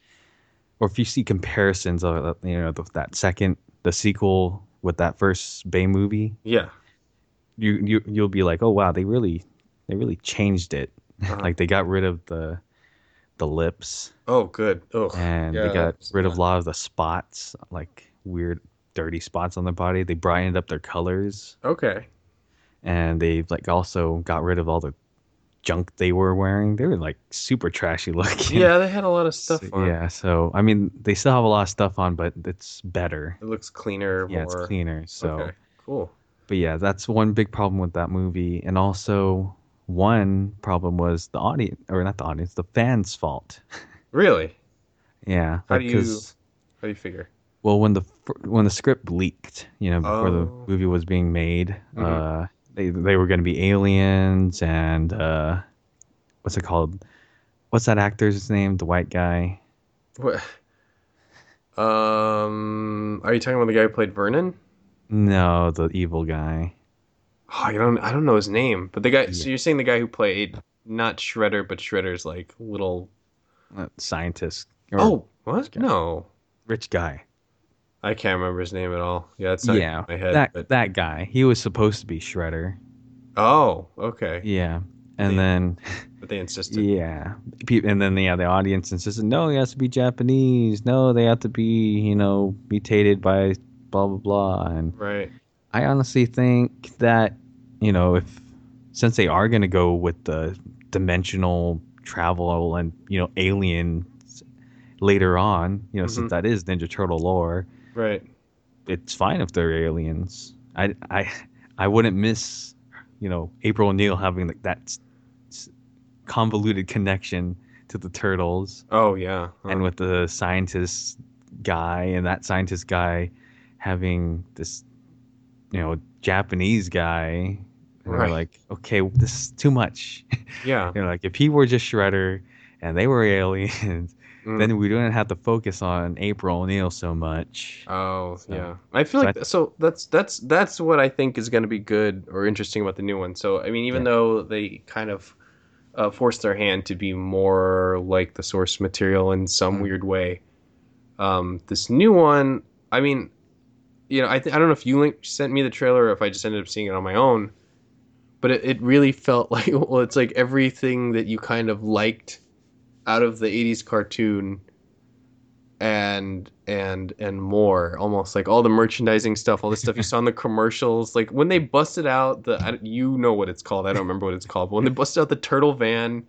Speaker 3: or if you see comparisons of uh, you know the, that second the sequel with that first Bay movie,
Speaker 2: yeah,
Speaker 3: you you you'll be like, oh wow, they really they really changed it.
Speaker 2: Uh-huh.
Speaker 3: like they got rid of the the lips.
Speaker 2: oh good. Oh,
Speaker 3: and
Speaker 2: Yeah,
Speaker 3: they got
Speaker 2: that's
Speaker 3: rid of
Speaker 2: not-
Speaker 3: a lot of the spots, like weird, dirty spots on their body. They brightened up their colors, <laughs>
Speaker 2: okay.
Speaker 3: and they like also got rid of all the junk they were wearing. They were like super trashy looking. <laughs>
Speaker 2: Yeah, they had a lot of
Speaker 3: So-
Speaker 2: stuff on.
Speaker 3: yeah. So I mean, they still have a lot of stuff on, but it's better.
Speaker 2: It looks cleaner,
Speaker 3: Yeah,
Speaker 2: more
Speaker 3: it's cleaner. So,
Speaker 2: Okay, cool.
Speaker 3: but yeah, that's one big problem with that movie, and also one problem was the audience, or not the audience, the fans' fault.
Speaker 2: Really?
Speaker 3: Yeah.
Speaker 2: How
Speaker 3: like,
Speaker 2: do you-
Speaker 3: 'cause-
Speaker 2: How do you figure?
Speaker 3: well when the fir- when the script leaked you know before
Speaker 2: Oh.
Speaker 3: the movie was being made
Speaker 2: Mhm.
Speaker 3: uh they they were going to be aliens and uh what's it called what's that actor's name the white guy
Speaker 2: What? Um, are you talking about the guy who played Vernon?
Speaker 3: no the evil guy
Speaker 2: Oh, I don't, I don't know his name, but the guy. So
Speaker 3: Yeah.
Speaker 2: you're saying the guy who played not Shredder, but Shredder's like little.
Speaker 3: uh, scientist or
Speaker 2: Oh, what?
Speaker 3: guy.
Speaker 2: No,
Speaker 3: rich guy
Speaker 2: I can't remember his name at all. Yeah, it's not
Speaker 3: Yeah,
Speaker 2: in my head.
Speaker 3: that
Speaker 2: but,
Speaker 3: that guy he was supposed to be shredder
Speaker 2: oh, okay.
Speaker 3: yeah and
Speaker 2: Yeah.
Speaker 3: then
Speaker 2: but they insisted.
Speaker 3: Yeah. Pe- And then yeah, the audience insisted, no, it has to be Japanese. No, they have to be, you know, mutated by blah blah blah. And
Speaker 2: Right.
Speaker 3: I honestly think that, you know, if since they are gonna go with the dimensional travel and you know aliens later on, you know,
Speaker 2: Mhm.
Speaker 3: since that is Ninja Turtle lore,
Speaker 2: Right.
Speaker 3: it's fine if they're aliens. I I I wouldn't miss, you know, April O'Neil having like that s- s- convoluted connection to the turtles
Speaker 2: Oh yeah. Huh.
Speaker 3: and with the scientist guy and that scientist guy having this, you know, Japanese guy. And
Speaker 2: Right.
Speaker 3: we're like, okay, this is too much.
Speaker 2: yeah.
Speaker 3: you know, like if he were just Shredder and they were aliens,
Speaker 2: Mm.
Speaker 3: then we wouldn't have to focus on April O'Neil so much.
Speaker 2: Oh
Speaker 3: So-
Speaker 2: yeah, I feel
Speaker 3: so
Speaker 2: like
Speaker 3: I-
Speaker 2: so that's that's that's what I think is going to be good or interesting about the new one. So I mean, even
Speaker 3: Yeah.
Speaker 2: though they kind of uh, forced their hand to be more like the source material in some
Speaker 3: Mm.
Speaker 2: weird way, um, this new one, I mean, you know, I th- I don't know if you link sent me the trailer or if I just ended up seeing it on my own, but it, it really felt <laughs> like well, it's like everything that you kind of liked out of the '80s cartoon and and and more almost like all the merchandising stuff all the stuff you saw in the commercials like when they busted out the I, don't- you know what it's called i don't remember what it's called but when they busted out the turtle van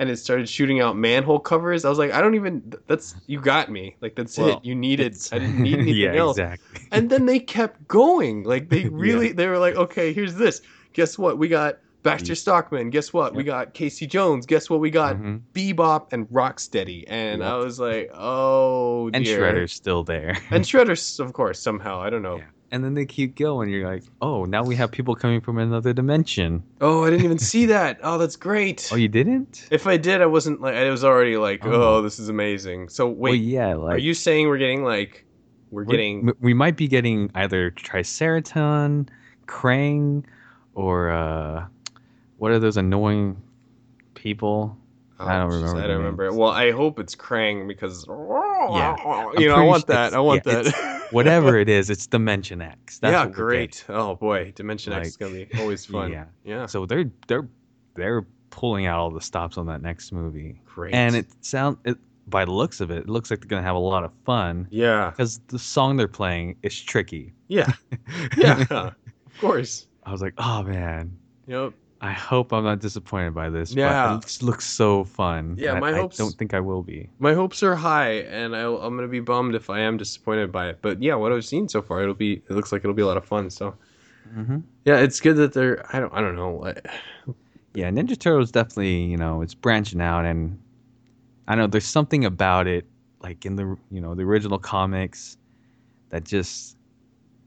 Speaker 2: and it started shooting out manhole covers i was like i don't even that's you got me like that's
Speaker 3: Well,
Speaker 2: it you needed
Speaker 3: it's-
Speaker 2: i didn't need anything
Speaker 3: <laughs> yeah,
Speaker 2: else
Speaker 3: exactly.
Speaker 2: and then they kept going like they
Speaker 3: <laughs> Yeah.
Speaker 2: really they were like okay here's this guess what we got
Speaker 3: Mm.
Speaker 2: baxter stockman guess what we got casey jones guess what we got
Speaker 3: Mhm.
Speaker 2: bebop and rocksteady and
Speaker 3: Yep.
Speaker 2: i was like oh
Speaker 3: and
Speaker 2: dear.
Speaker 3: Shredder's still there.
Speaker 2: <laughs> and Shredder's, of course, somehow. I don't know.
Speaker 3: Yeah. And then they keep going. You're like, oh, now we have people coming from another dimension.
Speaker 2: Oh, I didn't even see that. Oh, that's great.
Speaker 3: Oh, you didn't?
Speaker 2: If I did, I wasn't like I was already like, oh,
Speaker 3: Oh.
Speaker 2: this is amazing. So wait,
Speaker 3: well, yeah, like
Speaker 2: are you saying we're getting like we're
Speaker 3: we're-
Speaker 2: getting
Speaker 3: m- We might be getting either Triceraton, Krang, or uh, what are those annoying people? I don't
Speaker 2: Oh, jeez,
Speaker 3: remember
Speaker 2: I
Speaker 3: the
Speaker 2: don't remember.
Speaker 3: names.
Speaker 2: Well, I hope it's Krang because <laughs> you
Speaker 3: I'm
Speaker 2: know I
Speaker 3: pretty
Speaker 2: want
Speaker 3: sure
Speaker 2: that.
Speaker 3: it's-
Speaker 2: I want
Speaker 3: yeah, <laughs>
Speaker 2: that. <laughs>
Speaker 3: Whatever it is, it's Dimension X. That's
Speaker 2: yeah,
Speaker 3: what we're
Speaker 2: great. Oh boy, Dimension X is
Speaker 3: <laughs>
Speaker 2: gonna be always
Speaker 3: getting.
Speaker 2: fun.
Speaker 3: Yeah.
Speaker 2: yeah,
Speaker 3: So they're they're they're pulling out all the stops on that next movie.
Speaker 2: great.
Speaker 3: And <laughs> it sound it by the looks of it, it looks like they're gonna have a lot of fun.
Speaker 2: yeah,
Speaker 3: because the song they're playing is tricky. <laughs>
Speaker 2: yeah, <laughs> yeah. of course.
Speaker 3: I was like, oh man,
Speaker 2: Yep.
Speaker 3: I hope I'm not disappointed by this.
Speaker 2: Yeah.
Speaker 3: But it looks, looks so fun. and
Speaker 2: Yeah,
Speaker 3: I-
Speaker 2: my
Speaker 3: I,
Speaker 2: hopes-
Speaker 3: don't think I will be.
Speaker 2: my hopes are high and I, i'm gonna be bummed if i am disappointed by it but yeah what i've seen so far it'll be it looks like it'll be a lot of fun so
Speaker 3: Mm-hmm.
Speaker 2: yeah it's good that they're i don't i don't know I-
Speaker 3: Yeah, Ninja Turtles definitely, you know, it's branching out, and I know there's something about it, like in the you know the original comics, that just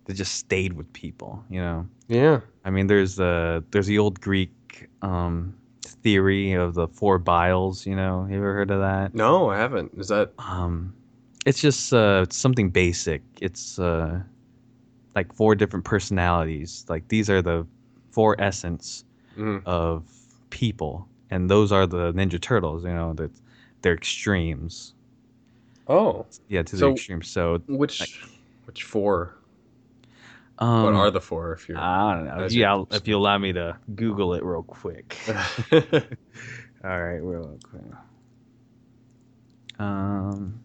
Speaker 3: that just stayed with people. You know,
Speaker 2: yeah
Speaker 3: I mean, there's the there's the old Greek um, theory of the four biles. You know, you ever heard of that?
Speaker 2: no i haven't is that
Speaker 3: um it's just uh it's something basic it's uh like four different personalities like these are the four essence
Speaker 2: mm,
Speaker 3: of people and those are the ninja turtles you know that they're extremes
Speaker 2: oh
Speaker 3: yeah to the
Speaker 2: So-
Speaker 3: extreme so
Speaker 2: which which four
Speaker 3: um
Speaker 2: what are the four if you're
Speaker 3: i don't know
Speaker 2: Those are-
Speaker 3: yeah I'll- if you allow me to google it real
Speaker 2: <laughs>
Speaker 3: quick all right real quick um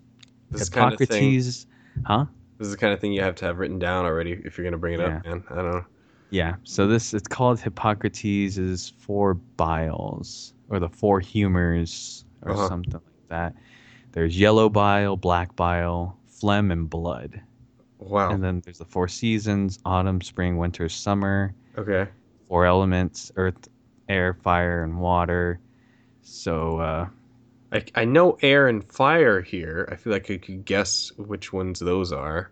Speaker 2: this kind of thing
Speaker 3: hippocrates huh
Speaker 2: this is the kind of thing you have to have written down already if you're gonna bring it up man i don't know
Speaker 3: Yeah. So this it's called Hippocrates' four biles or the four humors or
Speaker 2: Uh-huh.
Speaker 3: something like that. There's yellow bile, black bile, phlegm, and blood.
Speaker 2: wow
Speaker 3: And then there's the four seasons: autumn, spring, winter, summer.
Speaker 2: okay
Speaker 3: Four elements: earth, air, fire, and water. So uh,
Speaker 2: I, I know air and fire here i feel like i could guess which ones those are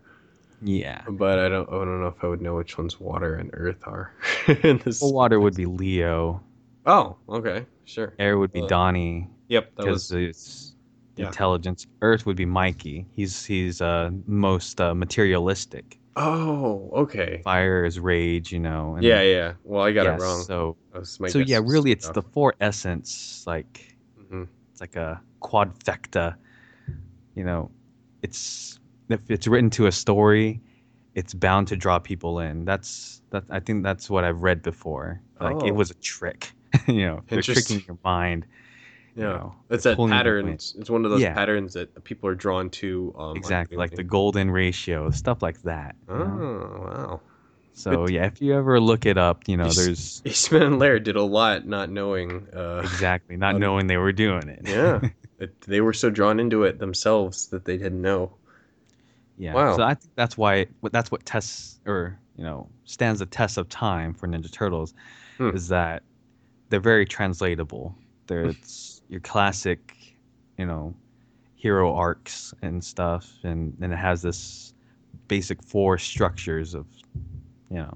Speaker 3: yeah.
Speaker 2: But I don't. I don't know if I would know which ones water and earth are. <laughs> in this.
Speaker 3: Well, water would be Leo.
Speaker 2: Oh, okay, sure.
Speaker 3: Air would be
Speaker 2: Uh,
Speaker 3: Donnie
Speaker 2: Yep, that
Speaker 3: because
Speaker 2: was.
Speaker 3: it's
Speaker 2: Yeah.
Speaker 3: intelligence. Earth would be Mikey. He's he's uh, most uh, materialistic.
Speaker 2: Oh, okay.
Speaker 3: fire is rage, you know. And
Speaker 2: Yeah, yeah. Well, I got
Speaker 3: yeah,
Speaker 2: it wrong.
Speaker 3: So,
Speaker 2: That was my
Speaker 3: so
Speaker 2: guess
Speaker 3: yeah,
Speaker 2: was
Speaker 3: really, it's
Speaker 2: off.
Speaker 3: the four essence. Like
Speaker 2: Mhm.
Speaker 3: it's like a quadfecta. You know, it's if it's written to a story, it's bound to draw people in. That's that. I think that's what I've read before. Like
Speaker 2: Oh.
Speaker 3: it was a trick. <laughs> you know, they're tricking
Speaker 2: Interesting.
Speaker 3: your mind. you
Speaker 2: Yeah.
Speaker 3: know,
Speaker 2: It's that
Speaker 3: pulling you
Speaker 2: pattern.
Speaker 3: away.
Speaker 2: It's, it's one of those
Speaker 3: Yeah.
Speaker 2: patterns that people are drawn to. Um, on
Speaker 3: Exactly, like the
Speaker 2: anything.
Speaker 3: golden ratio, stuff like that. you
Speaker 2: Oh,
Speaker 3: know?
Speaker 2: <laughs> wow.
Speaker 3: So yeah, if you ever look it up, you know,
Speaker 2: Just-
Speaker 3: there's
Speaker 2: Eastman and Laird did a lot not knowing. Uh,
Speaker 3: exactly not
Speaker 2: <laughs> um,
Speaker 3: knowing they were doing it.
Speaker 2: <laughs> yeah. It- they were so drawn into it themselves that they didn't know.
Speaker 3: yeah.
Speaker 2: Wow.
Speaker 3: So I think that's why it, what- that's what tests or you know stands the test of time for Ninja Turtles,
Speaker 2: Hmm.
Speaker 3: is that they're very translatable. They're it's your classic, you know, hero arcs and stuff, and and it has this basic four structures of, you know,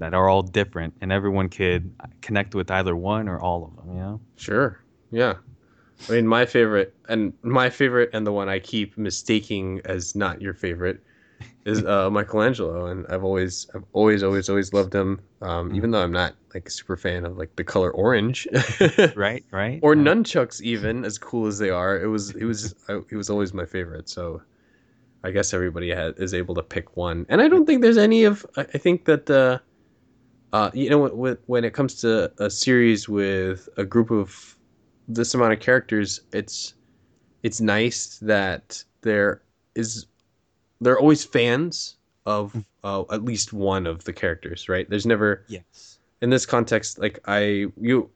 Speaker 3: that are all different, and everyone could connect with either one or all of them. You know.
Speaker 2: Sure. Yeah. I mean, my favorite, and my favorite, and the one I keep mistaking as not your <laughs> favorite, is uh, Michelangelo. And I've always, I've always, always, always loved him. Um, even though I'm not like a super fan of like the color orange,
Speaker 3: Right. Right.
Speaker 2: or
Speaker 3: Yeah.
Speaker 2: nunchucks, even as cool as they are, it was, it was, I, it was always my favorite. So, I guess everybody ha is able to pick one. And I don't think there's any of. I I think that. Uh, uh, you know, when, when it comes to a series with a group of this amount of characters, it's it's nice that there is there are always fans of uh, at least one of the characters, right? There's never
Speaker 3: Yes.
Speaker 2: in this context, like I you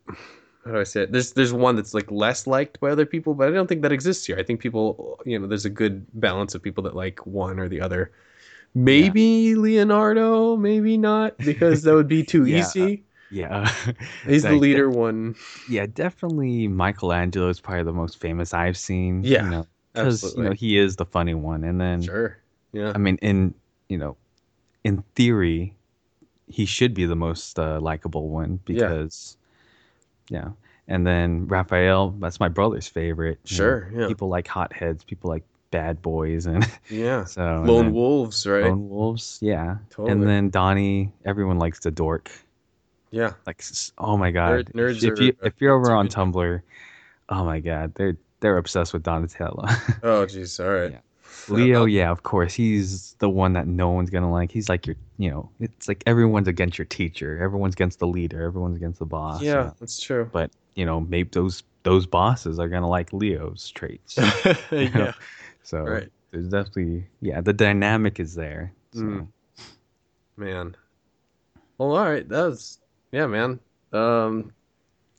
Speaker 2: how do I say it? There's there's one that's like less liked by other people, but I don't think that exists here. I think people you know, there's a good balance of people that like one or the other. Maybe Leonardo, maybe not, because that would be
Speaker 3: <laughs>
Speaker 2: too
Speaker 3: Yeah. uh,
Speaker 2: easy.
Speaker 3: Yeah. <laughs>
Speaker 2: He's the
Speaker 3: Like,
Speaker 2: leader one.
Speaker 3: Yeah, definitely Michelangelo is probably the most famous I've seen.
Speaker 2: Yeah,
Speaker 3: you know, because
Speaker 2: Absolutely.
Speaker 3: you know he is the funny one, and then
Speaker 2: sure. Yeah.
Speaker 3: I mean, in you know, in theory, he should be the most uh, likable one because, yeah. and then Raphael, that's my brother's favorite. you know.
Speaker 2: Sure. Yeah.
Speaker 3: people like hotheads, people like bad boys, and <laughs>
Speaker 2: Yeah.
Speaker 3: so and
Speaker 2: Lone
Speaker 3: then
Speaker 2: wolves, right?
Speaker 3: lone wolves, yeah,
Speaker 2: Totally.
Speaker 3: and then Donnie, everyone likes the dork
Speaker 2: yeah.
Speaker 3: like s- oh my god
Speaker 2: Nerd- nerds
Speaker 3: if, you
Speaker 2: are-
Speaker 3: if you're over
Speaker 2: are
Speaker 3: on
Speaker 2: good.
Speaker 3: tumblr oh my god they're they're obsessed with donatello <laughs>
Speaker 2: Oh jeez. All right.
Speaker 3: Yeah. leo yeah of course he's the one that no one's gonna like he's like your you know it's like everyone's against your teacher everyone's against the leader everyone's against the boss you
Speaker 2: yeah,
Speaker 3: know.
Speaker 2: that's true.
Speaker 3: but you know maybe those those bosses are gonna like leo's
Speaker 2: <laughs>
Speaker 3: traits
Speaker 2: <laughs>
Speaker 3: <laughs>
Speaker 2: yeah.
Speaker 3: so
Speaker 2: Right.
Speaker 3: there's definitely yeah the dynamic is there so,
Speaker 2: Mm. Man. Well, all right. That was yeah, man. Um,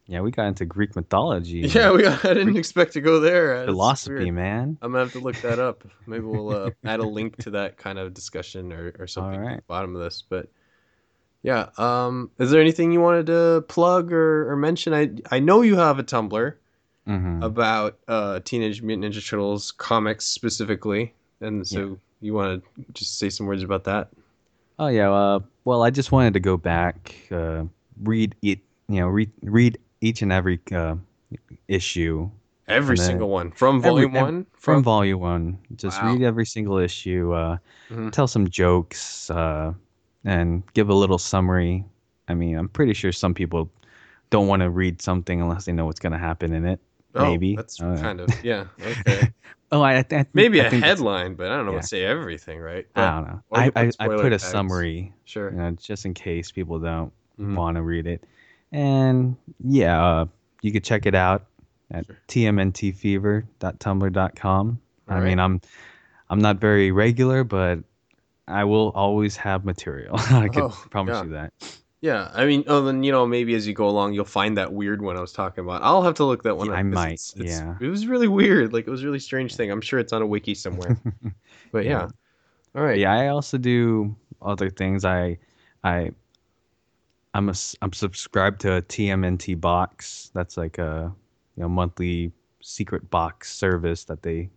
Speaker 3: yeah we got into greek mythology and
Speaker 2: yeah, we, <laughs> I didn't expect to go there. That's
Speaker 3: philosophy
Speaker 2: weird.
Speaker 3: man
Speaker 2: I'm gonna have to look that up. Maybe we'll
Speaker 3: <laughs>
Speaker 2: uh, add a link to that kind of discussion or, or something at the
Speaker 3: right.
Speaker 2: bottom of this. But yeah, um, is there anything you wanted to plug or, or mention? I I know you have a Tumblr
Speaker 3: Mhm.
Speaker 2: about uh, Teenage Mutant Ninja Turtles comics specifically, and so you want to just say some words about that?
Speaker 3: Oh yeah. Uh, well, I just wanted to go back, uh, read it. You know, read read each and every uh, issue
Speaker 2: Every
Speaker 3: And then-
Speaker 2: single one from
Speaker 3: Every-
Speaker 2: volume
Speaker 3: ev-
Speaker 2: one
Speaker 3: from volume one. Just
Speaker 2: Wow.
Speaker 3: read every single issue. Uh,
Speaker 2: Mhm.
Speaker 3: Tell some jokes uh, and give a little summary. I mean, I'm pretty sure some people don't want to read something unless they know what's going to happen in it.
Speaker 2: Oh,
Speaker 3: maybe.
Speaker 2: that's
Speaker 3: I don't know.
Speaker 2: kind
Speaker 3: <laughs>
Speaker 2: of yeah. Okay,
Speaker 3: Oh, I, I, th- I think-
Speaker 2: maybe
Speaker 3: I
Speaker 2: a
Speaker 3: think-
Speaker 2: headline, but I don't know.
Speaker 3: yeah. Ah,
Speaker 2: Say everything, right?
Speaker 3: I don't know.
Speaker 2: Or you
Speaker 3: I,
Speaker 2: put
Speaker 3: I, I
Speaker 2: spoiler
Speaker 3: put a
Speaker 2: tags.
Speaker 3: summary
Speaker 2: sure.
Speaker 3: you know, just in case people don't
Speaker 2: Mhm.
Speaker 3: want to read it. And yeah, uh, you could check it out at
Speaker 2: Sure.
Speaker 3: tmntfever.tumblr.com. I
Speaker 2: All right.
Speaker 3: mean, I'm I'm not very regular, but I will always have material. <laughs> I can
Speaker 2: Oh,
Speaker 3: promise
Speaker 2: yeah.
Speaker 3: you that.
Speaker 2: Yeah, I mean, oh, then you know, maybe as you go along, you'll find that weird one I was talking about. I'll have to look that one
Speaker 3: Yeah,
Speaker 2: up.
Speaker 3: I
Speaker 2: 'cause
Speaker 3: might,
Speaker 2: it's- it's-
Speaker 3: yeah.
Speaker 2: it was really weird. Like it was a really strange thing. I'm sure it's on a wiki
Speaker 3: <laughs>
Speaker 2: somewhere. but yeah.
Speaker 3: Yeah.
Speaker 2: all right.
Speaker 3: But yeah, I also do other things. I I I'm a s- I'm subscribed to a TMNT box. That's like a you know monthly secret box service that they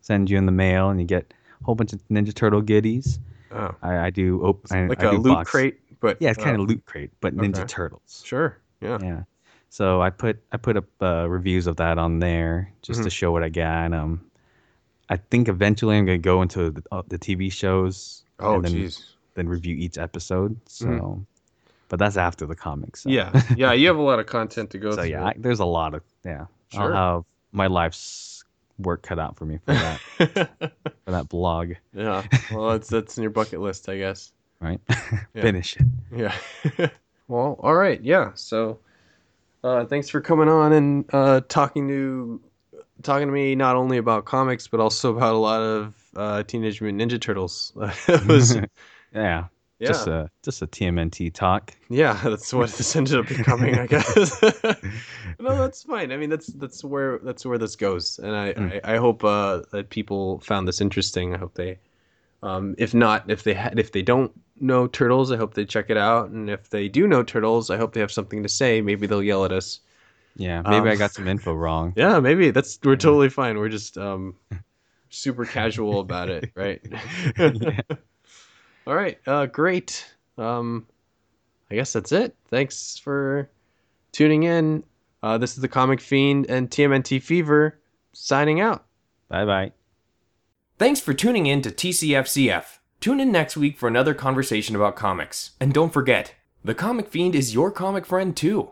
Speaker 3: send you in the mail, and you get a whole bunch of Ninja Turtle goodies.
Speaker 2: Oh.
Speaker 3: I, I do op- I,
Speaker 2: like
Speaker 3: I
Speaker 2: a
Speaker 3: do
Speaker 2: loot
Speaker 3: box-
Speaker 2: crate, but
Speaker 3: Yeah, it's kind
Speaker 2: oh,
Speaker 3: of loot crate, but Ninja
Speaker 2: Okay.
Speaker 3: Turtles.
Speaker 2: sure. Yeah.
Speaker 3: Yeah. So I put I put up uh, reviews of that on there just
Speaker 2: Mm-hmm.
Speaker 3: to show what I got. And, um, I think eventually I'm gonna go into the, uh, the TV shows.
Speaker 2: Oh,
Speaker 3: and then-
Speaker 2: jeez.
Speaker 3: then review each episode. So, but that's after the comics. So.
Speaker 2: Mm-hmm.
Speaker 3: <laughs>
Speaker 2: Yeah, yeah. You have a lot of content to go
Speaker 3: So
Speaker 2: through.
Speaker 3: yeah, I, there's a lot of yeah.
Speaker 2: Sure.
Speaker 3: I'll have my life's work cut out for me for
Speaker 2: <laughs>
Speaker 3: that for that blog.
Speaker 2: yeah. Well, that's that's in your bucket list, I guess.
Speaker 3: Right. <laughs>
Speaker 2: Yeah. <laughs>
Speaker 3: Finish it.
Speaker 2: Yeah. well, all right. Yeah. So Uh, thanks for coming on and uh, talking to talking to me not only about comics but also about a lot of uh, Teenage Mutant Ninja Turtles. <laughs>
Speaker 3: <laughs>
Speaker 2: it was
Speaker 3: yeah,
Speaker 2: yeah,
Speaker 3: just a just a TMNT talk.
Speaker 2: yeah. <laughs> That's what this ended up becoming, I guess. <laughs> no, that's fine. I mean, that's that's where that's where this goes, and I
Speaker 3: Mm.
Speaker 2: I, I hope uh, that people found this interesting. I hope they, um, if not, if they had, if they don't know turtles, I hope they check it out, and if they do know turtles, I hope they have something to say. Maybe they'll yell at us.
Speaker 3: Yeah, maybe I
Speaker 2: Um,
Speaker 3: got some info
Speaker 2: <laughs>
Speaker 3: wrong.
Speaker 2: Yeah, maybe that's we're totally fine. We're just um, super casual about it, right?
Speaker 3: Yeah.
Speaker 2: <laughs> All right, uh, great. Um, I guess that's it. Thanks for tuning in. Uh, this is the Comic Fiend and TMNT Fever signing out.
Speaker 3: Bye bye.
Speaker 1: Thanks for tuning in to TCFCF. Tune in next week for another conversation about comics. And don't forget, the Comic Fiend is your comic friend too.